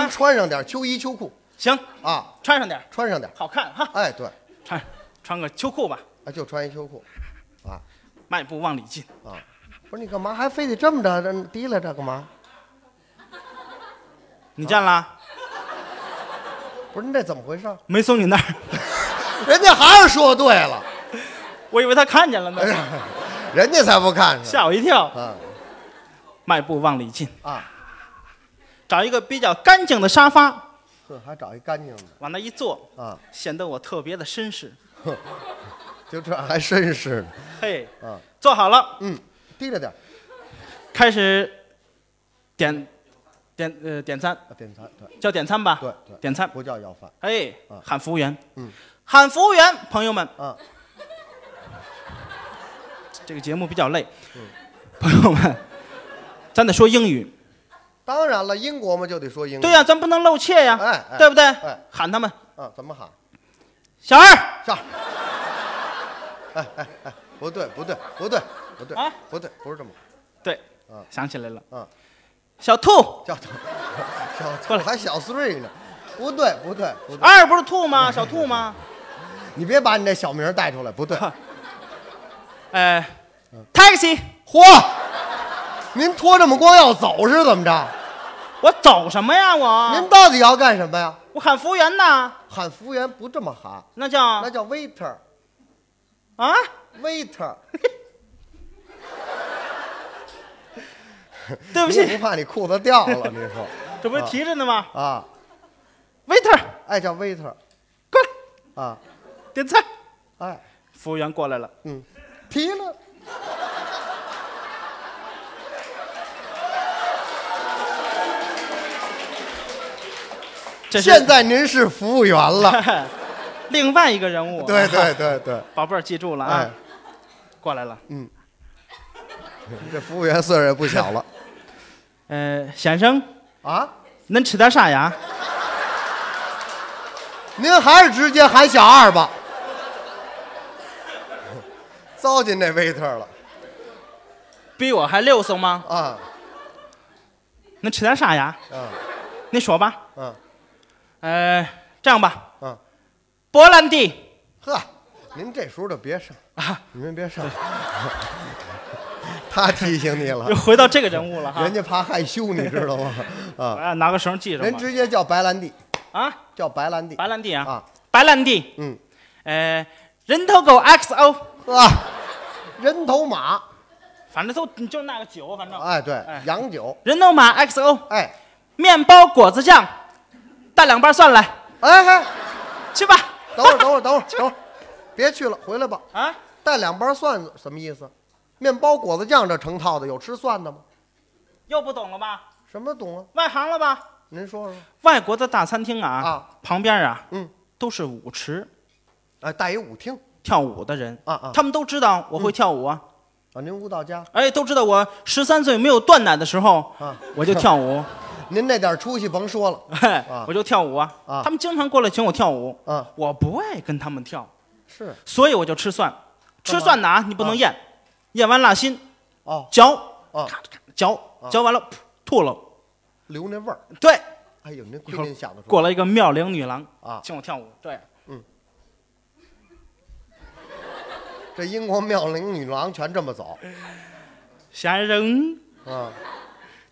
Speaker 3: 您穿上点秋衣秋裤
Speaker 2: 行，
Speaker 3: 啊，
Speaker 2: 穿上点儿，
Speaker 3: 穿上点，
Speaker 2: 好看哈。
Speaker 3: 哎，对，
Speaker 2: 穿穿个秋裤吧，
Speaker 3: 啊，就穿一秋裤，啊
Speaker 2: 迈步往里进。
Speaker 3: 啊，不是你干嘛还非得这么着这提来这干嘛？
Speaker 2: 你站
Speaker 3: 啊
Speaker 2: 了？
Speaker 3: 不是你这怎么回事？
Speaker 2: 没松紧带
Speaker 3: <laughs>
Speaker 2: 儿，
Speaker 3: 人家还是说对了， <laughs>
Speaker 2: 我以为他看见了呢
Speaker 3: 哎，呀人家才不看呢，
Speaker 2: 吓我一跳。
Speaker 3: 啊
Speaker 2: 迈步往里进，
Speaker 3: 啊，
Speaker 2: 找一个比较干净的沙发，
Speaker 3: 呵，还找一干净的
Speaker 2: 往那一坐，
Speaker 3: 啊，
Speaker 2: 显得我特别的绅士。
Speaker 3: 就这还绅士呢，
Speaker 2: 嘿，
Speaker 3: 啊，
Speaker 2: 坐好了，
Speaker 3: 嗯，提着点，
Speaker 2: 开始点点呃点餐，
Speaker 3: 啊点餐，对
Speaker 2: 叫点餐吧。
Speaker 3: 对对，
Speaker 2: 点餐。
Speaker 3: 不叫要饭，
Speaker 2: 哎
Speaker 3: 啊，
Speaker 2: 喊服务员。
Speaker 3: 嗯，
Speaker 2: 喊服务员，朋友们，
Speaker 3: 啊，
Speaker 2: 这个节目比较累，
Speaker 3: 嗯
Speaker 2: 朋友们，咱得说英语。
Speaker 3: 当然了，英国嘛就得说英语，
Speaker 2: 对呀、咱不能露怯呀、
Speaker 3: 嗯哎哎
Speaker 2: 对不对？
Speaker 3: 哎
Speaker 2: 喊他们，
Speaker 3: 啊，怎么喊？
Speaker 2: 小二，
Speaker 3: 上。哎哎哎，不对不对不对不对
Speaker 2: 啊
Speaker 3: 不对，不是这么
Speaker 2: 对，
Speaker 3: 嗯
Speaker 2: 想起来了，
Speaker 3: 嗯
Speaker 2: 小兔，
Speaker 3: 叫他小
Speaker 2: 过
Speaker 3: 兔
Speaker 2: 来啊
Speaker 3: 还小碎呢，不对不对不对，
Speaker 2: 二不是兔
Speaker 3: 嗯
Speaker 2: 吗？小兔吗？
Speaker 3: 你别把你那小名儿带出来，不对，嗯
Speaker 2: 哎，taxi，
Speaker 3: 嚯，您拖这么光要走是怎么
Speaker 2: 啊
Speaker 3: 着？
Speaker 2: 我走什么呀我？
Speaker 3: 您到底要干什么呀？
Speaker 2: 我喊服务员呢，
Speaker 3: 喊服务员不这么喊，
Speaker 2: 那叫
Speaker 3: 那叫 waiter
Speaker 2: 啊，
Speaker 3: waiter，
Speaker 2: 对不
Speaker 3: 你也
Speaker 2: 起，
Speaker 3: 不怕你裤子掉了？你说
Speaker 2: 这不是提着呢吗
Speaker 3: 啊，
Speaker 2: ？waiter，
Speaker 3: 哎叫 waiter
Speaker 2: 过来
Speaker 3: 啊，
Speaker 2: 点菜。
Speaker 3: 哎
Speaker 2: 服务员过来了，
Speaker 3: 嗯，提了
Speaker 2: 这是
Speaker 3: 现在您是服务员了，
Speaker 2: <laughs> 另外一个人物。啊
Speaker 3: 对，对对对，
Speaker 2: <laughs> 宝贝儿记住了啊，
Speaker 3: 哎，
Speaker 2: 过来了。
Speaker 3: 这服务员岁数也不小了
Speaker 2: 呃，先生，
Speaker 3: 啊！
Speaker 2: 您吃点啥呀？
Speaker 3: 您还是直接喊小二吧，糟践那 waiter 了
Speaker 2: 比我还溜索吗？
Speaker 3: 啊
Speaker 2: 您吃点啥呀？
Speaker 3: 啊
Speaker 2: 您说吧。
Speaker 3: 啊
Speaker 2: 呃，这样吧，
Speaker 3: 啊！
Speaker 2: 勃兰地
Speaker 3: 呵，您这时候就别上，
Speaker 2: 啊，
Speaker 3: 您别上， <laughs> 他提醒你了
Speaker 2: 又，回到这个人物了哈。
Speaker 3: 人家怕害羞，你知道吗？
Speaker 2: 我
Speaker 3: 啊，
Speaker 2: 要拿个绳系上
Speaker 3: 人
Speaker 2: 吧。
Speaker 3: 直接叫白兰地，
Speaker 2: 啊，
Speaker 3: 叫白兰地
Speaker 2: 白兰地啊，
Speaker 3: 啊，
Speaker 2: 白兰地，
Speaker 3: 嗯，
Speaker 2: 呃，人头狗 XO，
Speaker 3: 呵，人头马，
Speaker 2: 反正都就那个酒，反正
Speaker 3: 哎，对
Speaker 2: 哎，
Speaker 3: 洋酒，
Speaker 2: 人头马 XO，
Speaker 3: 哎
Speaker 2: 面包果子酱，带两瓣蒜来，
Speaker 3: 哎哎。
Speaker 2: 去吧。
Speaker 3: 等会儿，等会儿，等会儿，等会儿，别去了，回来吧。
Speaker 2: <laughs> 啊，
Speaker 3: 带两包蒜子什么意思？面包、果子酱这成套的，有吃蒜的吗？
Speaker 2: 又不懂了吧？
Speaker 3: 什么懂啊？
Speaker 2: 外行了吧？
Speaker 3: 您说说
Speaker 2: 外国的大餐厅啊，
Speaker 3: 啊
Speaker 2: 旁边啊，
Speaker 3: 嗯，
Speaker 2: 都是舞池。
Speaker 3: 哎，带一舞厅
Speaker 2: 跳舞的人
Speaker 3: 啊啊
Speaker 2: 他们都知道我会跳舞啊，
Speaker 3: 啊！您舞蹈家
Speaker 2: 哎，都知道我十三岁没有断奶的时候，
Speaker 3: 啊，
Speaker 2: 我就跳
Speaker 3: <laughs>
Speaker 2: 舞，
Speaker 3: 您那点出息甭说了
Speaker 2: 嘿
Speaker 3: 啊
Speaker 2: 我就跳舞啊
Speaker 3: 啊
Speaker 2: 他们经常过来请我跳舞，
Speaker 3: 啊！
Speaker 2: 我不爱跟他们跳，
Speaker 3: 是
Speaker 2: 所以我就吃蒜，吃蒜呢啊，你不能咽，咽完辣心，
Speaker 3: 哦
Speaker 2: 嚼，
Speaker 3: 哦，
Speaker 2: 咔咔嚼，
Speaker 3: 啊
Speaker 2: 嚼完了噗吐了。
Speaker 3: 留那味儿。
Speaker 2: 对，
Speaker 3: 哎呦，您亏
Speaker 2: 一会儿
Speaker 3: 您想得出
Speaker 2: 过来一个妙龄女郎
Speaker 3: 啊！
Speaker 2: 请我跳舞，这样
Speaker 3: 这英国妙龄女郎全这么走
Speaker 2: 先生，
Speaker 3: 啊！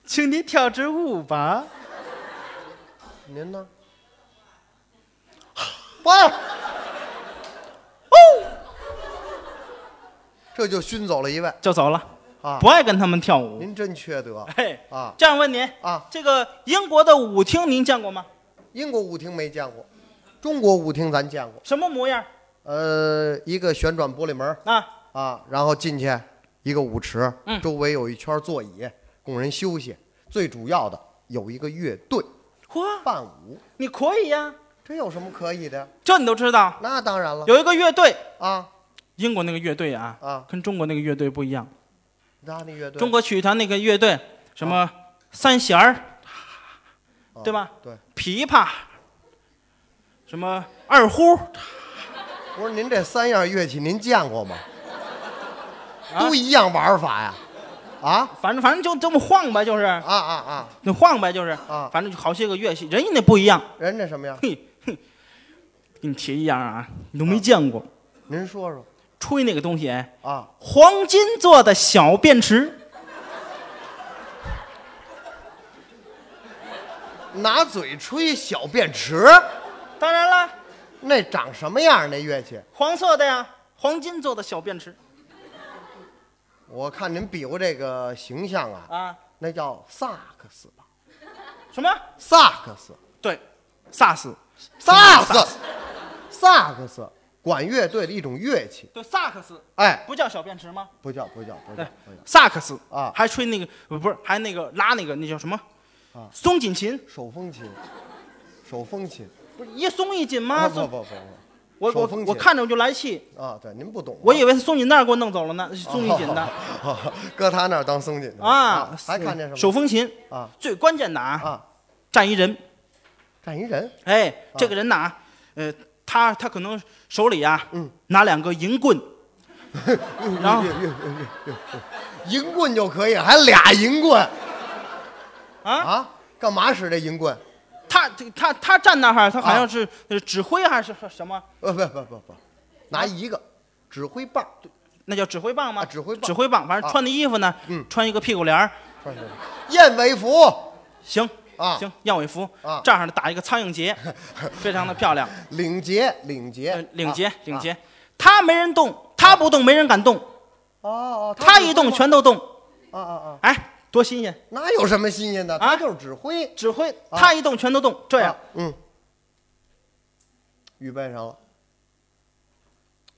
Speaker 2: 请你跳支舞吧。
Speaker 3: 您呢？哇！哦这就熏走了一位
Speaker 2: 就走了，
Speaker 3: 啊！
Speaker 2: 不爱跟他们跳舞。
Speaker 3: 您真缺德
Speaker 2: 嘿，
Speaker 3: 啊
Speaker 2: 这样问您，
Speaker 3: 啊！
Speaker 2: 这个英国的舞厅您见过吗？
Speaker 3: 英国舞厅没见过，中国舞厅咱见过。
Speaker 2: 什么模样
Speaker 3: 呃，一个旋转玻璃门儿
Speaker 2: 啊？
Speaker 3: 啊，然后进去一个舞池，
Speaker 2: 嗯
Speaker 3: 周围有一圈座椅供人休息。最主要的有一个乐队
Speaker 2: 嚯，
Speaker 3: 伴舞，
Speaker 2: 你可以呀、啊
Speaker 3: 这有什么可以的？
Speaker 2: 这你都知道。
Speaker 3: 那当然了
Speaker 2: 有一个乐队，
Speaker 3: 啊
Speaker 2: 英国那个乐队啊，
Speaker 3: 啊！
Speaker 2: 跟中国那个乐队不一样。
Speaker 3: 那那乐队
Speaker 2: 中国曲艺团那个乐队，什么三弦儿、
Speaker 3: 啊
Speaker 2: 对吧？
Speaker 3: 对，
Speaker 2: 琵琶，什么二胡，
Speaker 3: 不是您这三样乐器您见过吗？
Speaker 2: 啊
Speaker 3: 都一样玩法呀？啊
Speaker 2: 反正反正就这么晃呗，就是
Speaker 3: 啊啊啊！
Speaker 2: 就晃呗，就是
Speaker 3: 啊
Speaker 2: 反正就好些个乐器，人家那不一样。 <laughs>
Speaker 3: 人家什么样？
Speaker 2: 嘿，哼，给你提一样啊，你都没见过，
Speaker 3: 您说说
Speaker 2: 吹那个东西，哎
Speaker 3: 啊？
Speaker 2: 黄金做的小便池，
Speaker 3: 拿嘴吹小便池，
Speaker 2: 当然了，
Speaker 3: 那长什么样？那乐器？
Speaker 2: 黄色的呀，黄金做的小便池
Speaker 3: 我看您比划这个形象啊，
Speaker 2: 啊，
Speaker 3: 那叫萨克斯吧？
Speaker 2: 什么？
Speaker 3: 萨克斯，
Speaker 2: 对，萨斯，
Speaker 3: 萨克斯，萨克斯，管乐队的一种乐器。
Speaker 2: 对，萨克斯，
Speaker 3: 哎，
Speaker 2: 不叫小便池吗？
Speaker 3: 不叫不叫不叫
Speaker 2: 对
Speaker 3: 不叫，，
Speaker 2: 萨克斯
Speaker 3: 啊
Speaker 2: 还吹那个不不是，还那个拉那个那叫什么？
Speaker 3: 啊
Speaker 2: 松紧琴，
Speaker 3: 手风琴，手风琴。
Speaker 2: 不是一松一紧吗？
Speaker 3: 啊不
Speaker 2: 松
Speaker 3: 不不不
Speaker 2: 我
Speaker 3: 手
Speaker 2: 我
Speaker 3: 风琴
Speaker 2: 我看着我就来气，
Speaker 3: 啊，对，您不懂啊。
Speaker 2: 我以为是松紧带给我弄走了呢，是松一紧的
Speaker 3: 哦， <laughs> 搁他那儿当松紧的
Speaker 2: 啊。
Speaker 3: 还看见什么？
Speaker 2: 手风琴，
Speaker 3: 啊
Speaker 2: 最关键的啊，
Speaker 3: 啊，
Speaker 2: 站一人，
Speaker 3: 站一人，
Speaker 2: 哎，
Speaker 3: 啊
Speaker 2: 这个人呐，呃，他他可能手里啊，
Speaker 3: 嗯，
Speaker 2: 拿两个银棍，
Speaker 3: <laughs>
Speaker 2: 然后
Speaker 3: 银棍就可以，还俩银棍
Speaker 2: 啊，
Speaker 3: 啊？干嘛使这银棍？
Speaker 2: 他他他站那儿，他好
Speaker 3: 啊
Speaker 2: 像是呃指挥还是什么？
Speaker 3: 呃，不不不不，拿一个指挥棒，
Speaker 2: 那叫指挥棒吗？
Speaker 3: 啊指挥棒
Speaker 2: 指挥棒，反正
Speaker 3: 啊
Speaker 2: 穿的衣服呢，
Speaker 3: 嗯
Speaker 2: 穿一个屁股帘儿，
Speaker 3: 穿什么燕尾服
Speaker 2: 行
Speaker 3: 啊
Speaker 2: 行，燕尾服
Speaker 3: 啊
Speaker 2: 这样的打一个苍蝇
Speaker 3: <laughs>
Speaker 2: 结，非常的漂亮。
Speaker 3: 领结，领结
Speaker 2: 呃，领结
Speaker 3: 啊
Speaker 2: 领。结，他没人动，他不动没人敢动，
Speaker 3: 哦哦，
Speaker 2: 他一动全都动，
Speaker 3: 啊啊啊，
Speaker 2: 哎，多新鲜！
Speaker 3: 哪有什么新鲜的？
Speaker 2: 啊
Speaker 3: 他就是指挥。
Speaker 2: 指挥
Speaker 3: 啊
Speaker 2: 他一动全都动，这样
Speaker 3: 啊，嗯，预备上了，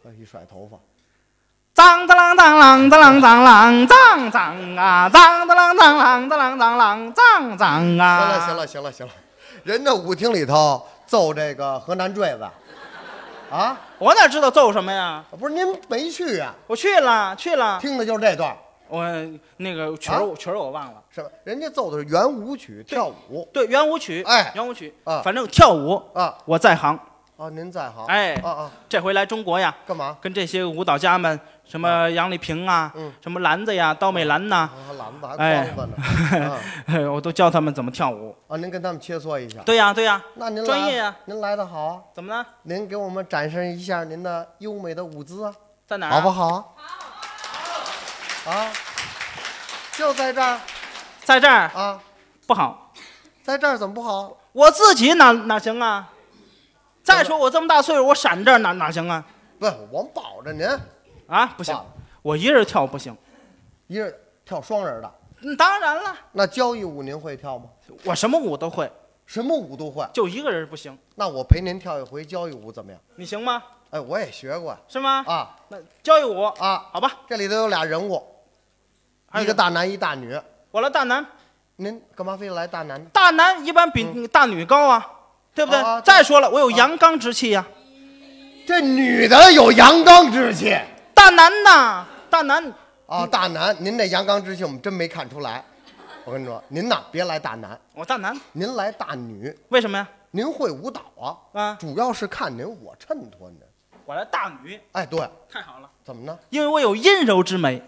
Speaker 3: 哎，一甩头发，
Speaker 2: 当当啷当啷当啷当啷当当啊，当当啷当啷当啷当啷当当
Speaker 3: 行
Speaker 2: 啊！
Speaker 3: 了行，了行了行了，人家舞厅里头奏这个河南坠子，啊，
Speaker 2: 我哪知道揍什么呀？
Speaker 3: 不是您没去啊？
Speaker 2: 我去了去了，
Speaker 3: 听的就是这段，
Speaker 2: 我那个曲儿我曲儿我忘了，
Speaker 3: 是吧？人家奏的是圆舞曲跳舞
Speaker 2: 对圆舞曲，
Speaker 3: 哎
Speaker 2: 圆舞曲
Speaker 3: 啊
Speaker 2: 反正跳舞
Speaker 3: 啊
Speaker 2: 我在行。
Speaker 3: 啊，您在行，
Speaker 2: 哎
Speaker 3: 啊啊，
Speaker 2: 这回来中国呀，
Speaker 3: 干嘛？
Speaker 2: 跟这些舞蹈家们，什么杨丽萍啊，
Speaker 3: 嗯
Speaker 2: 什么兰子呀、刀美兰呐、
Speaker 3: 啊，还篮子还
Speaker 2: 哎
Speaker 3: 筐子呢，啊
Speaker 2: 我都教他们怎么跳舞。
Speaker 3: 啊，您跟他们切磋
Speaker 2: <laughs>
Speaker 3: 一下。
Speaker 2: 对呀对呀，
Speaker 3: 那您来
Speaker 2: 专业呀，
Speaker 3: 您来的好啊，
Speaker 2: 怎么了？
Speaker 3: 您给我们展示一下您的优美的舞姿啊。
Speaker 2: 在哪儿啊、
Speaker 3: 好不好啊？啊，就在这儿
Speaker 2: 在这儿
Speaker 3: 啊，
Speaker 2: 不好，
Speaker 3: 在这儿怎么不好？
Speaker 2: 我自己哪哪行啊？再说我这么大岁数，我闪这儿哪哪行啊？
Speaker 3: 不，我们保着您，
Speaker 2: 啊，不行
Speaker 3: 爸，
Speaker 2: 我一人跳不行。
Speaker 3: 一人跳双人的。
Speaker 2: 嗯当然了，
Speaker 3: 那交谊舞您会跳吗？
Speaker 2: 我什么舞都会，
Speaker 3: 什么舞都会。
Speaker 2: 就一个人不行。
Speaker 3: 那我陪您跳一回交谊舞怎么样？
Speaker 2: 你行吗？
Speaker 3: 哎，我也学过呀
Speaker 2: 是吗？
Speaker 3: 啊
Speaker 2: 那交谊舞，
Speaker 3: 啊！
Speaker 2: 好吧，
Speaker 3: 这里头有俩人物，
Speaker 2: 还
Speaker 3: 一
Speaker 2: 有
Speaker 3: 个大男一大女。
Speaker 2: 我来大男，
Speaker 3: 您干嘛非要来大男呢？
Speaker 2: 大男一般比你大女高嗯啊，对不对？啊
Speaker 3: 啊啊对
Speaker 2: 再说了，我有阳刚之气呀、
Speaker 3: 这女的有阳刚之气
Speaker 2: 大男呐，大男，
Speaker 3: 啊！大男，您这阳刚之气我们真没看出来。我跟你说，您呐别来大男，
Speaker 2: 我大男，
Speaker 3: 您来大女。
Speaker 2: 为什么呀？
Speaker 3: 您会舞蹈啊？
Speaker 2: 啊
Speaker 3: 主要是看您，我衬托您。
Speaker 2: 我来大女，
Speaker 3: 哎，对，
Speaker 2: 太好了，
Speaker 3: 怎么呢？
Speaker 2: 因为我有阴柔之美，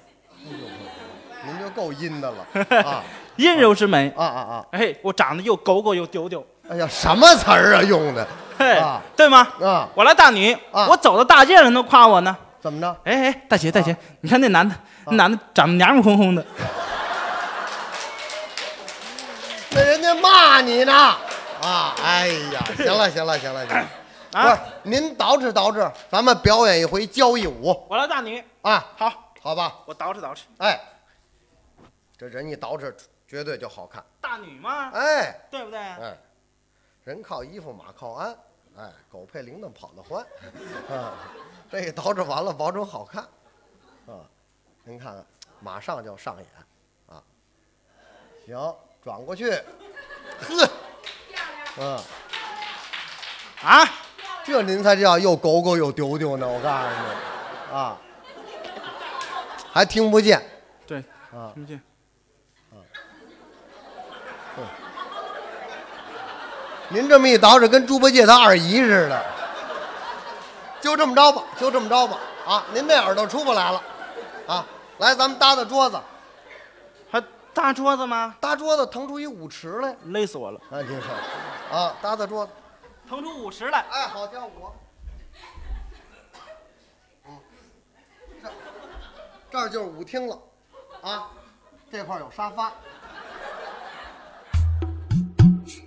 Speaker 3: 您就够阴的了啊
Speaker 2: <laughs> 阴柔之美。
Speaker 3: 啊啊啊！
Speaker 2: 哎，我长得又狗狗又丢丢，
Speaker 3: 哎呀，什么词儿啊用的？
Speaker 2: 嘿，
Speaker 3: 啊
Speaker 2: 对吗？
Speaker 3: 啊
Speaker 2: 我来大女，
Speaker 3: 啊
Speaker 2: 我走到大街上人都夸我呢。啊
Speaker 3: 怎么着？
Speaker 2: 哎哎，大姐大姐，你看那男的，那男的长得娘们哄哄的，
Speaker 3: 那人家骂你呢啊！哎
Speaker 2: <laughs>
Speaker 3: 呀，行了行了行了行了，
Speaker 2: 啊
Speaker 3: 不是您捯饬捯饬，咱们表演一回交谊舞
Speaker 2: 我来大女，
Speaker 3: 啊，
Speaker 2: 好，
Speaker 3: 好吧？
Speaker 2: 我捯饬捯饬，
Speaker 3: 哎，这人一捯饬，绝对就好看。
Speaker 2: 大女嘛，
Speaker 3: 哎。
Speaker 2: 对不对？
Speaker 3: 哎，人靠衣服，马靠鞍，哎，狗配铃铛跑得欢，啊，这一捯饬完了，保准好看，啊，您看看，马上就上演，啊，行，转过去，呵，嗯、
Speaker 2: 啊，
Speaker 3: 这您才叫又狗狗又丢丢呢，我告诉你，啊，还听不见
Speaker 2: 对，
Speaker 3: 啊，
Speaker 2: 听不见。
Speaker 3: 您这么一捯饬，跟猪八戒他二姨似的。就这么着吧，就这么着吧，啊，您这耳朵出不来了，啊，来，咱们搭搭桌子，
Speaker 4: 还搭桌子吗？
Speaker 3: 搭桌子腾出一舞池来。
Speaker 4: 累死我了！
Speaker 3: 啊，您说，啊，搭搭桌子，
Speaker 2: 腾出五十来，
Speaker 3: 哎，好跳舞。嗯，这这儿就是舞厅了，啊，这块儿有沙发。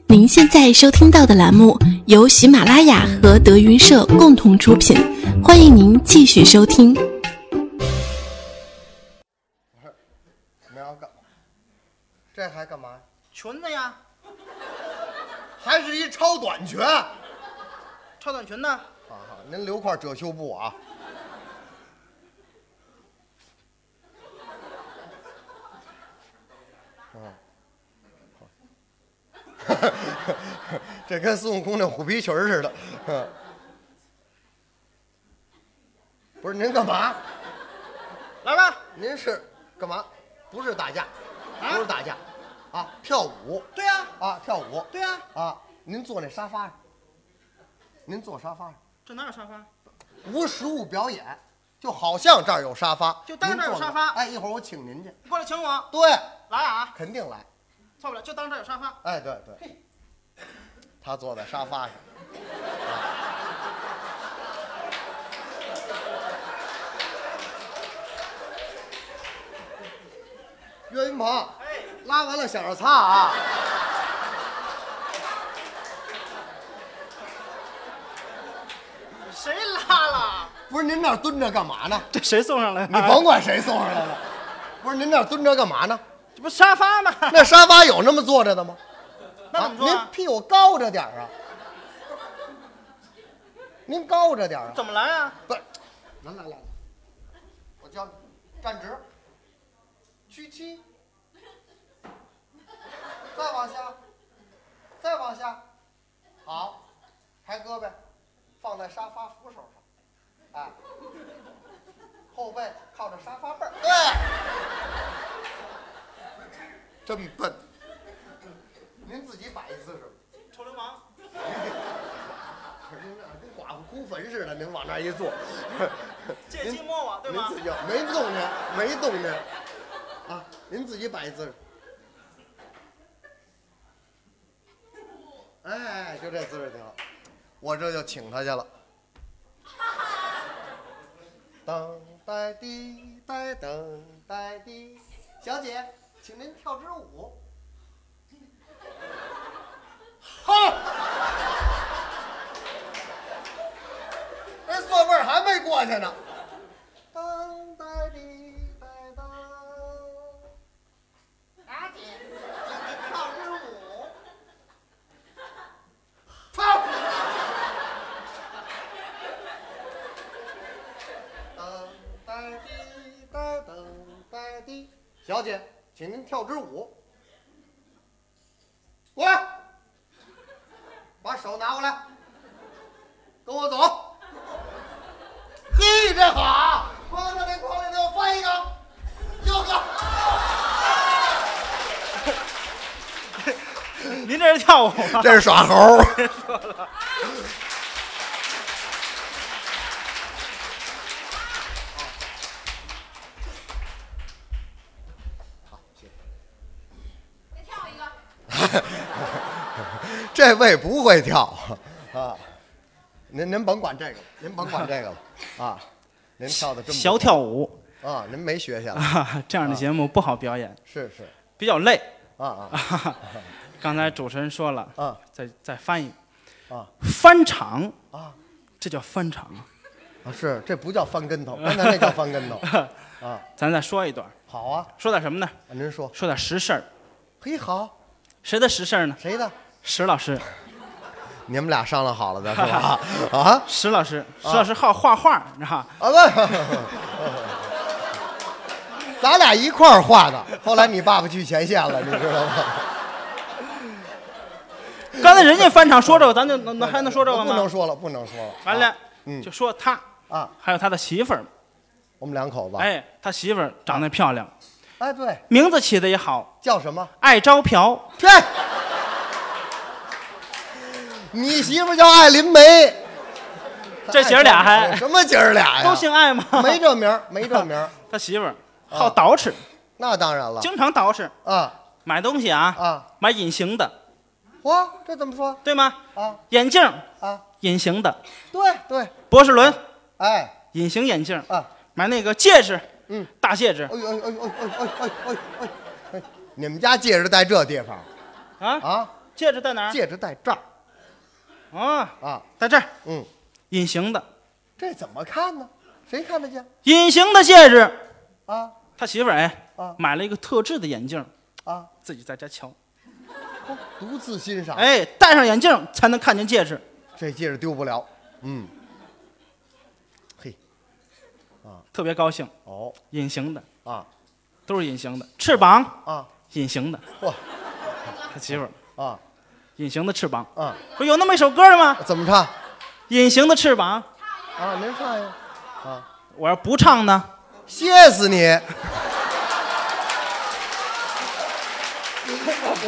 Speaker 5: 您现在收听到的栏目由喜马拉雅和德云社共同出品，欢迎您继续收听。
Speaker 3: 你要干嘛？这还干嘛呀？
Speaker 2: 裙子呀，
Speaker 3: 还是一超短裙。好
Speaker 2: 超短裙呢，
Speaker 3: 好，啊您留块遮羞布啊。嗯，啊好 <laughs> 这跟孙悟空那虎皮裙儿似的。嗯不是您干嘛？
Speaker 2: 来吧，
Speaker 3: 您是干嘛？不是打架，不是打架，啊，跳舞
Speaker 2: 对呀、
Speaker 3: 啊，跳舞。
Speaker 2: 对呀、
Speaker 3: 啊，您坐那沙发上，您坐沙发上，
Speaker 2: 这哪有沙发？
Speaker 3: 无实物表演，就好像这儿有沙发，
Speaker 2: 就当这儿有
Speaker 3: 您坐
Speaker 2: 沙发
Speaker 3: 那哎，一会儿我请您去。
Speaker 2: 你过来请我，
Speaker 3: 对，
Speaker 2: 来啊，
Speaker 3: 肯定来。
Speaker 2: 错不了，就当这儿有沙发，
Speaker 3: 哎，对对，他坐在沙发上。岳云鹏，
Speaker 2: 哎
Speaker 3: 拉完了想着擦啊！
Speaker 2: 谁拉了？
Speaker 3: 不是您那儿蹲着干嘛呢？
Speaker 4: 这谁送上来的？
Speaker 3: 你
Speaker 2: 哎
Speaker 3: 甭管谁送上来的，不是您那儿蹲着干嘛呢？
Speaker 2: 这不沙发吗？
Speaker 3: 那沙发有那么坐着的吗？
Speaker 2: 那怎么坐啊
Speaker 3: 您屁股高着点儿啊！您高着点儿啊！
Speaker 2: 怎么来啊？
Speaker 3: 不是，来来来，我教你站直，屈膝，再往下，再往下，好，抬胳膊，放在沙发扶手上，哎，后背靠着沙发背儿，对，这么笨，您自己摆一姿势吧。
Speaker 2: 臭流氓，
Speaker 3: 可是您那跟寡妇哭坟似的，您往那儿一坐，
Speaker 2: 借机摸我对吗
Speaker 3: 您自己没动您，没动您，啊，您自己摆一姿势。哎，就这姿势挺好，我这就请他去了。等待滴待等待滴，小姐，请您跳支舞。好。那哎座位儿还没过去呢。当当滴当当，阿姐，请您跳支舞。跳。当当滴当当当滴，小姐，请您跳支舞。过来，把手拿过来，跟我走。嘿，这好！光着那光着那，我翻一个，
Speaker 4: <laughs>
Speaker 3: 右个。
Speaker 4: 您这是跳舞啊吗？
Speaker 3: <laughs> 这是耍猴。
Speaker 1: 再跳一个。
Speaker 3: 这位不会跳啊！您您甭管这个了，您甭管这个了啊！您跳的真不错
Speaker 4: 小跳舞
Speaker 3: 啊，您没学下来，
Speaker 4: 啊， <laughs> 这样的节目不好表演，
Speaker 3: 是是
Speaker 4: 比较累。 <laughs>
Speaker 3: 啊啊
Speaker 4: 刚才主持人说了，
Speaker 3: 啊
Speaker 4: 再再翻译
Speaker 3: 啊，
Speaker 4: 翻场，
Speaker 3: 啊
Speaker 4: 这叫翻场。
Speaker 3: 啊！是这不叫翻跟头，刚才那叫翻跟头啊！
Speaker 4: 咱再说一段，
Speaker 3: 好啊，
Speaker 4: 说点什么呢？
Speaker 3: 您说，
Speaker 4: 说点实事儿。
Speaker 3: 嘿好，
Speaker 4: 谁的实事儿呢？
Speaker 3: 谁的？
Speaker 4: 石老师，
Speaker 3: 你们俩商量好了的是吧？啊？
Speaker 2: <laughs>
Speaker 4: 石老师，石老师好画画，你知道吧？
Speaker 3: 啊不， <laughs> 咱俩一块儿画的。后来你爸爸去前线了，你知道吗？
Speaker 4: 刚才人家翻场说这个，咱就能能还能说这个吗？
Speaker 3: 啊不能说了，不能说了。
Speaker 4: 完了，
Speaker 3: 嗯
Speaker 4: 就说他
Speaker 3: 啊，
Speaker 4: 还有他的媳妇儿，
Speaker 3: 我们两口子。哎哎
Speaker 4: 哎，他媳妇儿长得漂亮，
Speaker 3: 对，
Speaker 4: 名字起的也好，
Speaker 3: 叫什么？
Speaker 4: 爱招嫖。
Speaker 3: 这，你媳妇叫艾琳梅。哎
Speaker 4: 这姐儿俩还
Speaker 3: 什么姐儿俩呀？
Speaker 2: 哎
Speaker 4: 都姓艾吗？
Speaker 3: <laughs> 没这名儿，没这名儿。
Speaker 4: 他媳妇儿
Speaker 2: 好捯饬，
Speaker 3: 那当然了
Speaker 2: 经常捯饬。
Speaker 3: 啊
Speaker 2: 买东西啊，
Speaker 3: 啊！
Speaker 2: 买隐形的，
Speaker 3: 哇，这怎么说
Speaker 2: 对吗？
Speaker 3: 啊
Speaker 2: 眼镜儿
Speaker 3: 啊？
Speaker 2: 隐形的，
Speaker 3: 对对，
Speaker 2: 博士伦
Speaker 3: 哎
Speaker 2: 隐形眼镜儿，
Speaker 3: 啊！
Speaker 2: 买那个戒指，
Speaker 3: 嗯，
Speaker 2: 大戒指
Speaker 3: 哎呦哎呦哎呦哎呦哎呦哎呦哎呦哎！你们家戒指戴这地方
Speaker 2: 啊，
Speaker 3: 啊？
Speaker 2: 戒指在哪儿？
Speaker 3: 戒指戴这儿
Speaker 2: 啊，
Speaker 3: 啊？
Speaker 2: 在这儿，
Speaker 3: 嗯，
Speaker 2: 隐形的，
Speaker 3: 这怎么看呢？谁看得见
Speaker 2: 隐形的戒指。
Speaker 3: 啊
Speaker 2: 他媳妇儿哎，
Speaker 3: 啊
Speaker 2: 买了一个特制的眼镜儿，
Speaker 3: 啊？
Speaker 2: 自己在家瞧，
Speaker 3: 哦独自欣赏，
Speaker 2: 哎，戴上眼镜儿才能看见戒指。
Speaker 3: 这戒指丢不了。嗯，嘿，
Speaker 2: 特别高兴，
Speaker 3: 哦
Speaker 2: 隐形的
Speaker 3: 啊
Speaker 2: 都是隐形的，翅膀
Speaker 3: 啊
Speaker 2: 隐形的，
Speaker 3: 嚯
Speaker 2: 他媳妇儿
Speaker 3: 啊
Speaker 2: 隐形的翅膀，
Speaker 3: 啊！
Speaker 2: 不是有那么一首歌的吗？
Speaker 3: 怎么唱
Speaker 2: 隐形的翅膀，
Speaker 3: 啊？您唱呀啊！
Speaker 2: 我要不唱呢， <laughs>
Speaker 3: 歇死你！ <laughs>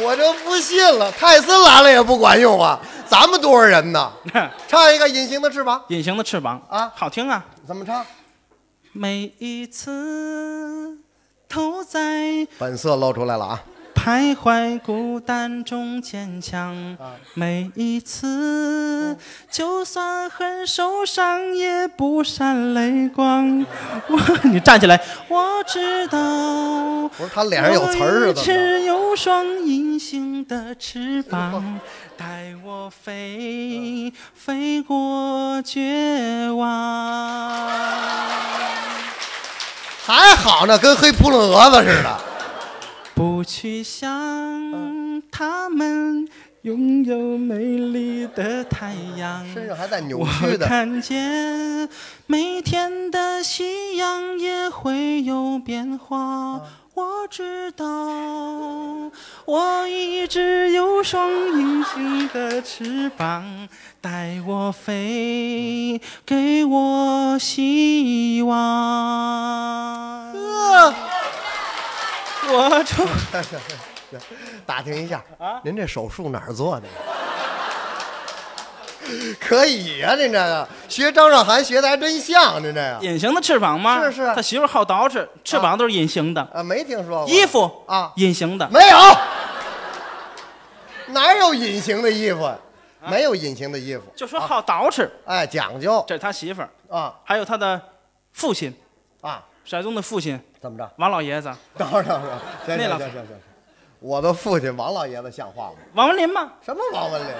Speaker 3: 我就不信了，泰森来了也不管用啊！咱们多少人呢？唱一个《隐形的翅膀
Speaker 2: 隐形的翅膀
Speaker 3: 啊
Speaker 2: 好听啊。》
Speaker 3: 怎么唱？
Speaker 2: 每一次都在
Speaker 3: 本色露出来了啊！
Speaker 2: 徘徊孤单中坚强，
Speaker 3: 啊
Speaker 2: 每一次就算很受伤也不闪泪
Speaker 3: 嗯
Speaker 2: 光。我，你站起来，我知道。
Speaker 3: 不是他脸上有词儿似
Speaker 2: 我一
Speaker 3: 的。
Speaker 2: 直有双隐形的翅
Speaker 3: 哦
Speaker 2: 膀，带我飞，飞过绝望。
Speaker 3: 还好呢，跟黑扑棱蛾子似的。
Speaker 2: 不去想他们拥有美丽的太阳。
Speaker 3: 身上还带扭
Speaker 2: 我
Speaker 3: 曲啊的，
Speaker 2: 看见每天的夕阳也会有变化，我知道，我一直有双隐形的翅膀，带我飞，给我希望。
Speaker 3: 啊呃
Speaker 2: 我祝。
Speaker 3: 打听一下您这手术哪儿做的？ <laughs> 可以呀、您这个学张韶涵学的还真像，您这个
Speaker 2: 隐形的翅膀吗？
Speaker 3: 是是
Speaker 2: 他媳妇儿好捯饬，翅膀都是隐形的，
Speaker 3: 啊，没听说过
Speaker 2: 衣服
Speaker 3: 啊
Speaker 2: 隐形的，
Speaker 3: 没有，哪有隐形的衣服？
Speaker 2: 啊
Speaker 3: 没有隐形的衣服，
Speaker 2: 就说好捯饬。
Speaker 3: 哎，讲究
Speaker 2: 这是他媳妇儿，
Speaker 3: 啊
Speaker 2: 还有他的父亲，
Speaker 3: 啊，
Speaker 2: 甩宗的父亲
Speaker 3: 怎么着？
Speaker 2: 王老爷子，
Speaker 3: 等会儿等会儿，行
Speaker 2: 那
Speaker 3: 行
Speaker 2: 老
Speaker 3: 行行行行，我的父亲王老爷子像话吗？
Speaker 2: 王文林嘛，
Speaker 3: 什么王文林？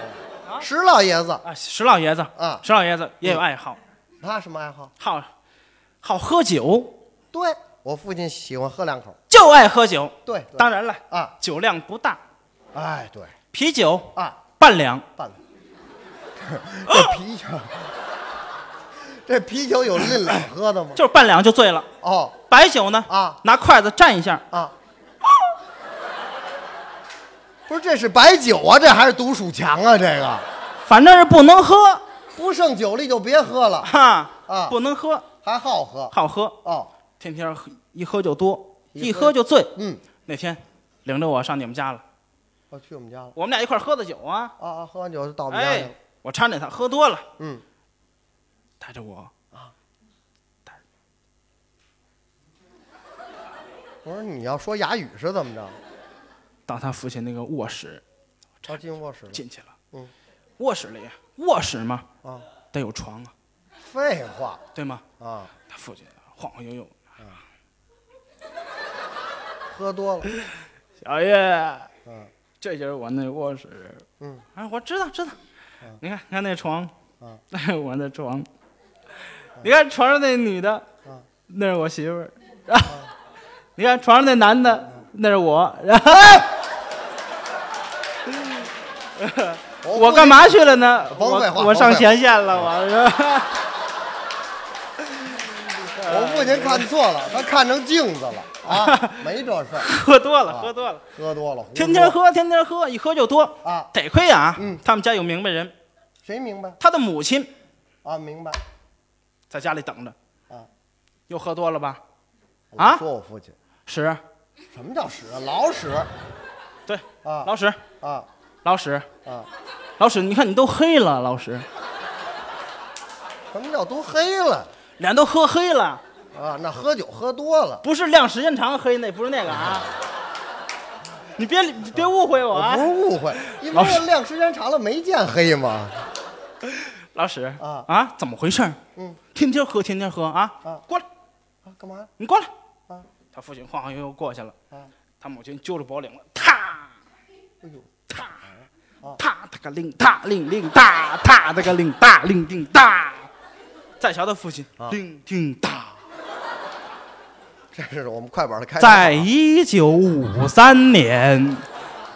Speaker 3: 石老爷子，
Speaker 2: 啊，石老爷子
Speaker 3: 啊
Speaker 2: 石老爷子也有爱好，
Speaker 3: 他什么爱好？
Speaker 2: 好好喝酒，
Speaker 3: 对我父亲喜欢喝两口。
Speaker 2: 就爱喝酒。
Speaker 3: 对，对
Speaker 2: 当然了，
Speaker 3: 啊，
Speaker 2: 酒量不大，
Speaker 3: 哎，对
Speaker 2: 啤酒
Speaker 3: 啊，
Speaker 2: 半两，
Speaker 3: 半了。
Speaker 2: 啊
Speaker 3: <laughs> 这啤酒， <laughs> 这啤酒有拎脸喝的吗？
Speaker 2: 就是半两就醉了。
Speaker 3: 哦
Speaker 2: 白酒呢，
Speaker 3: 啊
Speaker 2: 拿筷子蘸一下，
Speaker 3: 啊，不是，这是白酒啊，这还是毒鼠强啊？这个
Speaker 2: 反正是不能喝，
Speaker 3: 不胜酒力就别喝了，
Speaker 2: 哈，
Speaker 3: 啊
Speaker 2: 不能喝，
Speaker 3: 还好喝
Speaker 2: 好喝。
Speaker 3: 哦。
Speaker 2: 天天喝一喝就多，
Speaker 3: 一
Speaker 2: 一
Speaker 3: 喝
Speaker 2: 喝就醉。
Speaker 3: 嗯，
Speaker 2: 那天领着我上你们家了，
Speaker 3: 我去我们家了
Speaker 2: 我们俩一块儿喝的酒啊。
Speaker 3: 啊啊！喝完酒就到我们家去
Speaker 2: 哎
Speaker 3: 了。，
Speaker 2: 我搀着他，喝多了，
Speaker 3: 嗯，
Speaker 2: 带着我，
Speaker 3: 我说你要说哑语是怎么着？
Speaker 2: 到他父亲那个卧室
Speaker 3: 他进卧室了。
Speaker 2: 进去了。
Speaker 3: 嗯，
Speaker 2: 卧室里，卧室嘛，
Speaker 3: 啊，
Speaker 2: 得有床啊，
Speaker 3: 废话
Speaker 2: 对吗？
Speaker 3: 啊，
Speaker 2: 他父亲晃晃悠悠，
Speaker 3: 喝多了。
Speaker 2: 小月，
Speaker 3: 嗯，
Speaker 2: 这就是我那卧室。
Speaker 3: 嗯，啊
Speaker 2: 哎，我知道知道，你看你看那床，
Speaker 3: 嗯，
Speaker 2: <laughs> 我那床，你看床上那女的
Speaker 3: 嗯，
Speaker 2: 那是我媳妇儿，
Speaker 3: 啊
Speaker 2: 然后 <laughs> 你看床上那男的，那是我， <laughs> 然后我
Speaker 3: 估计
Speaker 2: 哎干？嘛去了呢？
Speaker 3: 甭废话啊
Speaker 2: 我我上
Speaker 3: 甭废话
Speaker 2: 前线了，我说
Speaker 3: 我父亲看错了，他看成镜子了啊，没这事儿，
Speaker 2: <laughs> 喝多
Speaker 3: 啊
Speaker 2: 了，喝多了，
Speaker 3: 喝多了，胡说
Speaker 2: 天天喝，天天喝，一喝就多
Speaker 3: 啊
Speaker 2: 得亏啊，
Speaker 3: 嗯
Speaker 2: 他们家有明白人，
Speaker 3: 谁明白
Speaker 2: 他的母亲
Speaker 3: 啊？明白
Speaker 2: 在家里等着，
Speaker 3: 啊，
Speaker 2: 又喝多了吧？
Speaker 3: 我
Speaker 2: 啊
Speaker 3: 说我父亲
Speaker 2: 屎，
Speaker 3: 啊什么叫屎啊？老屎
Speaker 2: 对，
Speaker 3: 啊
Speaker 2: 老屎，
Speaker 3: 啊
Speaker 2: 老屎，
Speaker 3: 啊！
Speaker 2: 老史，你看你都黑了，老史
Speaker 3: 什么叫都黑了？
Speaker 2: 脸都喝黑了，
Speaker 3: 啊，那喝酒喝多了，
Speaker 6: 不是晾时间长黑那，不是那个啊。你别你别误会我
Speaker 3: 我不
Speaker 6: 啊
Speaker 3: 是！误会，因
Speaker 2: 老
Speaker 3: 为
Speaker 2: 师
Speaker 3: 这晾时间长了没见黑嘛。
Speaker 2: 老史
Speaker 3: 啊
Speaker 2: 啊，怎么回事？
Speaker 3: 嗯，
Speaker 2: 天天喝，天天喝啊！
Speaker 3: 啊
Speaker 2: 过来，
Speaker 3: 啊，干嘛？
Speaker 2: 你过来。
Speaker 3: 啊
Speaker 2: 他父亲晃晃悠悠过去了，
Speaker 3: 啊，
Speaker 2: 他母亲揪着脖领子，踏
Speaker 3: 哎呦，
Speaker 2: 踏
Speaker 3: 啊
Speaker 2: 踏踏个令踏令令踏踏那个令踏令令踏。再瞧他父亲，
Speaker 3: 啊
Speaker 2: 令令踏。
Speaker 3: 这是我们快板的开场啊
Speaker 2: 在一九五三年，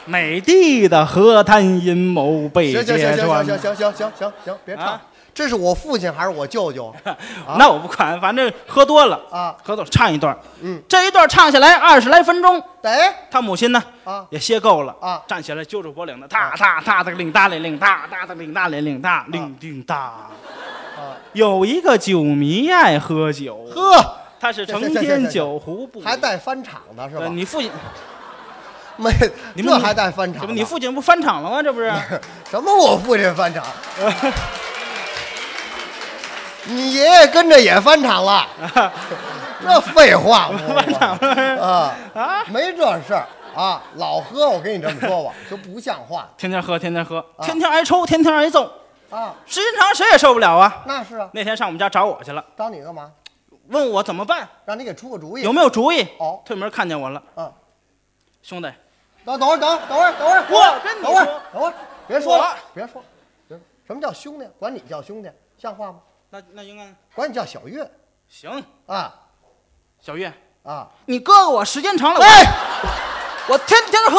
Speaker 2: 美帝的和谈阴谋被
Speaker 3: 行行
Speaker 2: 揭
Speaker 3: 行
Speaker 2: 穿
Speaker 3: 行。行行行行行行，别唱
Speaker 2: 啊，
Speaker 3: 这是我父亲还是我舅舅？
Speaker 2: 那我不管，反正喝多了
Speaker 3: 啊
Speaker 2: 喝多了唱一段。
Speaker 3: 嗯，
Speaker 2: 这一段唱下来二十来分钟，
Speaker 3: 得
Speaker 2: 他母亲呢
Speaker 3: 啊
Speaker 2: 也歇够了
Speaker 3: 啊
Speaker 2: 站起来揪住脖领子，哒哒哒哒领哒领领哒哒哒领哒领领哒领叮哒。
Speaker 3: 啊，
Speaker 2: 有一个酒迷爱喝酒，
Speaker 3: 呵，
Speaker 2: 他是成
Speaker 3: 行行行
Speaker 2: 天
Speaker 3: 行
Speaker 2: 酒壶不
Speaker 3: 还
Speaker 2: 离。
Speaker 3: 带翻场的是吧
Speaker 2: 呃？你父亲，
Speaker 3: <laughs> 没，
Speaker 2: 你
Speaker 3: 这
Speaker 2: 们
Speaker 3: 还带翻
Speaker 2: 这
Speaker 3: 场
Speaker 2: 不
Speaker 3: 的？
Speaker 2: 你父亲不翻场了吗？这不是？
Speaker 3: <laughs> 什么？我父亲翻场？ <laughs> 你爷爷跟着也翻场了？那
Speaker 2: <laughs>
Speaker 3: 废话，翻场 <laughs> 啊
Speaker 2: 啊
Speaker 3: 没这事儿啊！老喝，我跟你这么说吧，就不像话
Speaker 2: 天天喝，天天喝，
Speaker 3: 啊
Speaker 2: 天天挨抽，天天挨揍，
Speaker 3: 啊！
Speaker 2: 时间长了谁也受不了啊。
Speaker 3: 那是啊，
Speaker 2: 那天上我们家找我去了，
Speaker 3: 找你干嘛？
Speaker 2: 问我怎么办，
Speaker 3: 让你给出个主意。
Speaker 2: 有没有主意？
Speaker 3: 哦
Speaker 2: 推门看见我了，
Speaker 3: 啊，
Speaker 2: 兄弟，
Speaker 3: 等等会儿，等会儿，等会儿，等会儿，
Speaker 2: 我跟你
Speaker 3: 等会儿
Speaker 2: 说，
Speaker 3: 等会儿，别说
Speaker 2: 我
Speaker 3: 了，别说了，别说了什么叫兄弟？管你叫兄弟，像话吗？
Speaker 2: 那那应该
Speaker 3: 管你叫小月
Speaker 2: 行。
Speaker 3: 啊
Speaker 2: 小月，
Speaker 3: 啊！
Speaker 6: 你哥哥我时间长了，
Speaker 3: 哎，
Speaker 6: 我天天喝，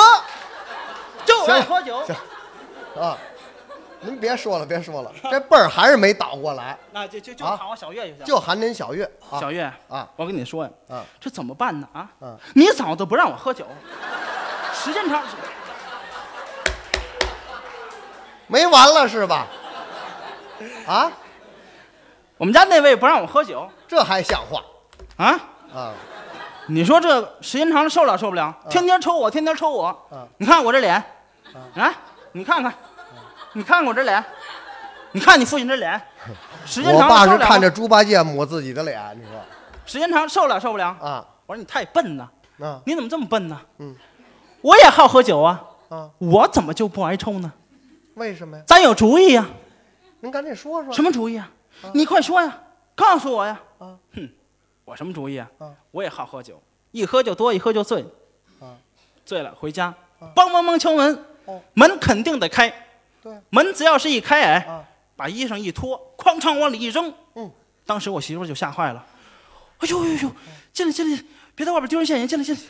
Speaker 6: 就爱
Speaker 3: 行
Speaker 6: 喝酒。
Speaker 3: 行啊，您别说了，别说了，这辈儿还是没倒过来，
Speaker 6: 那就就就
Speaker 3: 啊
Speaker 6: 喊我小月就行。
Speaker 3: 就喊您小月啊。
Speaker 2: 小月
Speaker 3: 啊，
Speaker 2: 我跟你说呀，
Speaker 3: 啊，
Speaker 2: 这怎么办呢？啊，
Speaker 3: 嗯
Speaker 2: 你嫂子不让我喝酒，时间长，
Speaker 3: 没完了是吧？啊，
Speaker 2: 我们家那位不让我喝酒
Speaker 3: 这还像话
Speaker 2: 啊。
Speaker 3: 啊？
Speaker 2: 你说这个时间长了受了受不了，天天抽我，天天抽我，
Speaker 3: 嗯
Speaker 2: 你看我这脸，啊，你看看，你看看我这脸，你看你父亲这脸，时间
Speaker 3: 我
Speaker 2: 长
Speaker 3: 爸
Speaker 2: 了受
Speaker 3: 是
Speaker 2: 不了
Speaker 3: 看着
Speaker 2: 吗，
Speaker 3: 猪八戒抹自己的脸，你说
Speaker 2: 时间长了受了受不了。
Speaker 3: 啊？
Speaker 2: 我说你太笨了，
Speaker 3: 啊
Speaker 2: 你怎么这么笨呢？
Speaker 3: 嗯，
Speaker 2: 我也好喝酒啊，
Speaker 3: 啊，
Speaker 2: 我怎么就不挨抽呢？
Speaker 3: 为什么呀？
Speaker 2: 咱有主意啊呀、
Speaker 3: 您赶紧说说。
Speaker 2: 什么主意啊？你快说呀，告诉我呀。
Speaker 3: 啊，
Speaker 2: 哼，我什么主意啊？
Speaker 3: 啊
Speaker 2: 我也好喝酒，一喝就多，一喝就醉。
Speaker 3: 啊，
Speaker 2: 醉了回家
Speaker 3: 啊，
Speaker 2: 梆梆梆敲门
Speaker 3: 哦，
Speaker 2: 门肯定得开。
Speaker 3: 对
Speaker 2: 门只要是一开，哎，
Speaker 3: 啊？
Speaker 2: 把衣裳一脱，哐当往里一扔。
Speaker 3: 嗯，
Speaker 2: 当时我媳妇儿就吓坏了，哎呦呦呦，进来进来，别在外边丢人现眼，进来进来，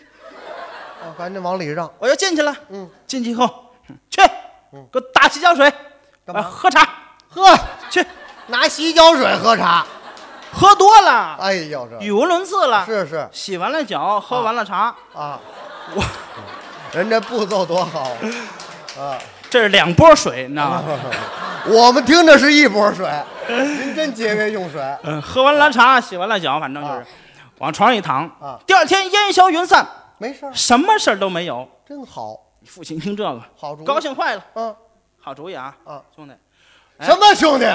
Speaker 3: 我啊赶紧往里让。
Speaker 2: 我要进去了。
Speaker 3: 嗯，
Speaker 2: 进去以后，哼去，
Speaker 3: 嗯
Speaker 2: 给我打洗脚水，
Speaker 3: 干嘛
Speaker 2: 啊喝茶，
Speaker 3: 呵，
Speaker 2: 去，
Speaker 3: 拿洗脚水喝茶。
Speaker 2: 喝多了，
Speaker 3: 哎呦，这
Speaker 2: 语无伦次了。
Speaker 3: 是是
Speaker 2: 洗完了脚，喝完了茶，
Speaker 3: 啊，
Speaker 2: 我
Speaker 3: 人这步骤多好啊！
Speaker 2: 这是两波水，你知道吗？
Speaker 3: 我们听着是一波水，您真节约用水
Speaker 2: 嗯，喝完了茶，洗完了脚，反正就是
Speaker 3: 啊
Speaker 2: 往床上一躺。
Speaker 3: 啊
Speaker 2: 第二天烟消云散，
Speaker 3: 没事儿，
Speaker 2: 什么事儿都没有。
Speaker 3: 真好。
Speaker 2: 你父亲听这个，
Speaker 3: 好主意
Speaker 2: 高兴坏了。
Speaker 3: 嗯
Speaker 2: 好主意啊，
Speaker 3: 啊，
Speaker 2: 兄弟，哎
Speaker 3: 什么兄弟？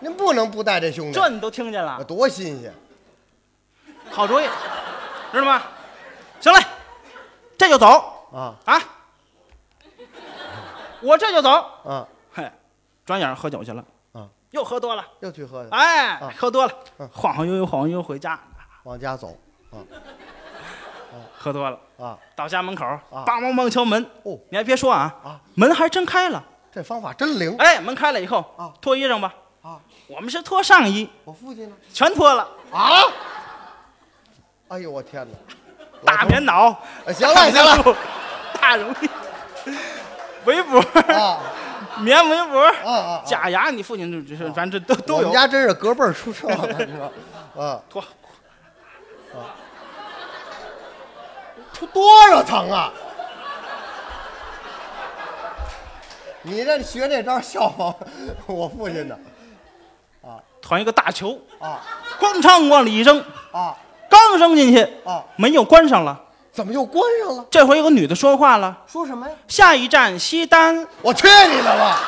Speaker 3: 您不能不带这兄弟，
Speaker 2: 这你都听见了，
Speaker 3: 多新鲜！
Speaker 2: 好主意，知道吗？行嘞，这就走
Speaker 3: 啊
Speaker 2: 啊，我这就走。
Speaker 3: 啊，
Speaker 2: 嘿，转眼喝酒去了，
Speaker 3: 啊，
Speaker 2: 又喝多了，
Speaker 3: 又去喝去，
Speaker 2: 哎，
Speaker 3: 啊
Speaker 2: 喝多了
Speaker 3: 嗯，
Speaker 2: 晃晃悠悠，晃晃悠悠回家，
Speaker 3: 往家走
Speaker 2: 喝多了。
Speaker 3: 啊！
Speaker 2: 到家门口，
Speaker 3: 啊
Speaker 2: 梆梆梆敲门。
Speaker 3: 哦
Speaker 2: 你还别说啊，
Speaker 3: 啊
Speaker 2: 门还真开了。
Speaker 3: 这方法真灵
Speaker 2: 哎，门开了以后，
Speaker 3: 啊
Speaker 2: 脱衣裳吧。
Speaker 3: 啊！
Speaker 2: 我们是脱上衣，
Speaker 3: 我父亲呢？
Speaker 2: 全脱了，
Speaker 3: 啊！哎呦，我天哪！
Speaker 2: 大棉袄。
Speaker 3: 哎行了行了，
Speaker 2: <laughs> 大绒衣，围脖，
Speaker 3: 啊
Speaker 2: 棉围脖，
Speaker 3: 啊啊！
Speaker 2: 假牙，你父亲就就是反正这都
Speaker 3: 我
Speaker 2: 都
Speaker 3: 们
Speaker 2: 有。
Speaker 3: 家真是隔辈儿出社，我跟你说，啊，
Speaker 2: 脱
Speaker 3: 出多少层啊？你这学这招效仿我父亲的
Speaker 2: 团一个大球，
Speaker 3: 啊
Speaker 2: 哐当往里一扔，
Speaker 3: 啊
Speaker 2: 刚扔进去，
Speaker 3: 啊！
Speaker 2: 门又关上了。
Speaker 3: 怎么又关上了？
Speaker 2: 这回有个女的说话了
Speaker 3: 说什么呀？：“
Speaker 2: 下一站西单。
Speaker 3: 我去你的吧！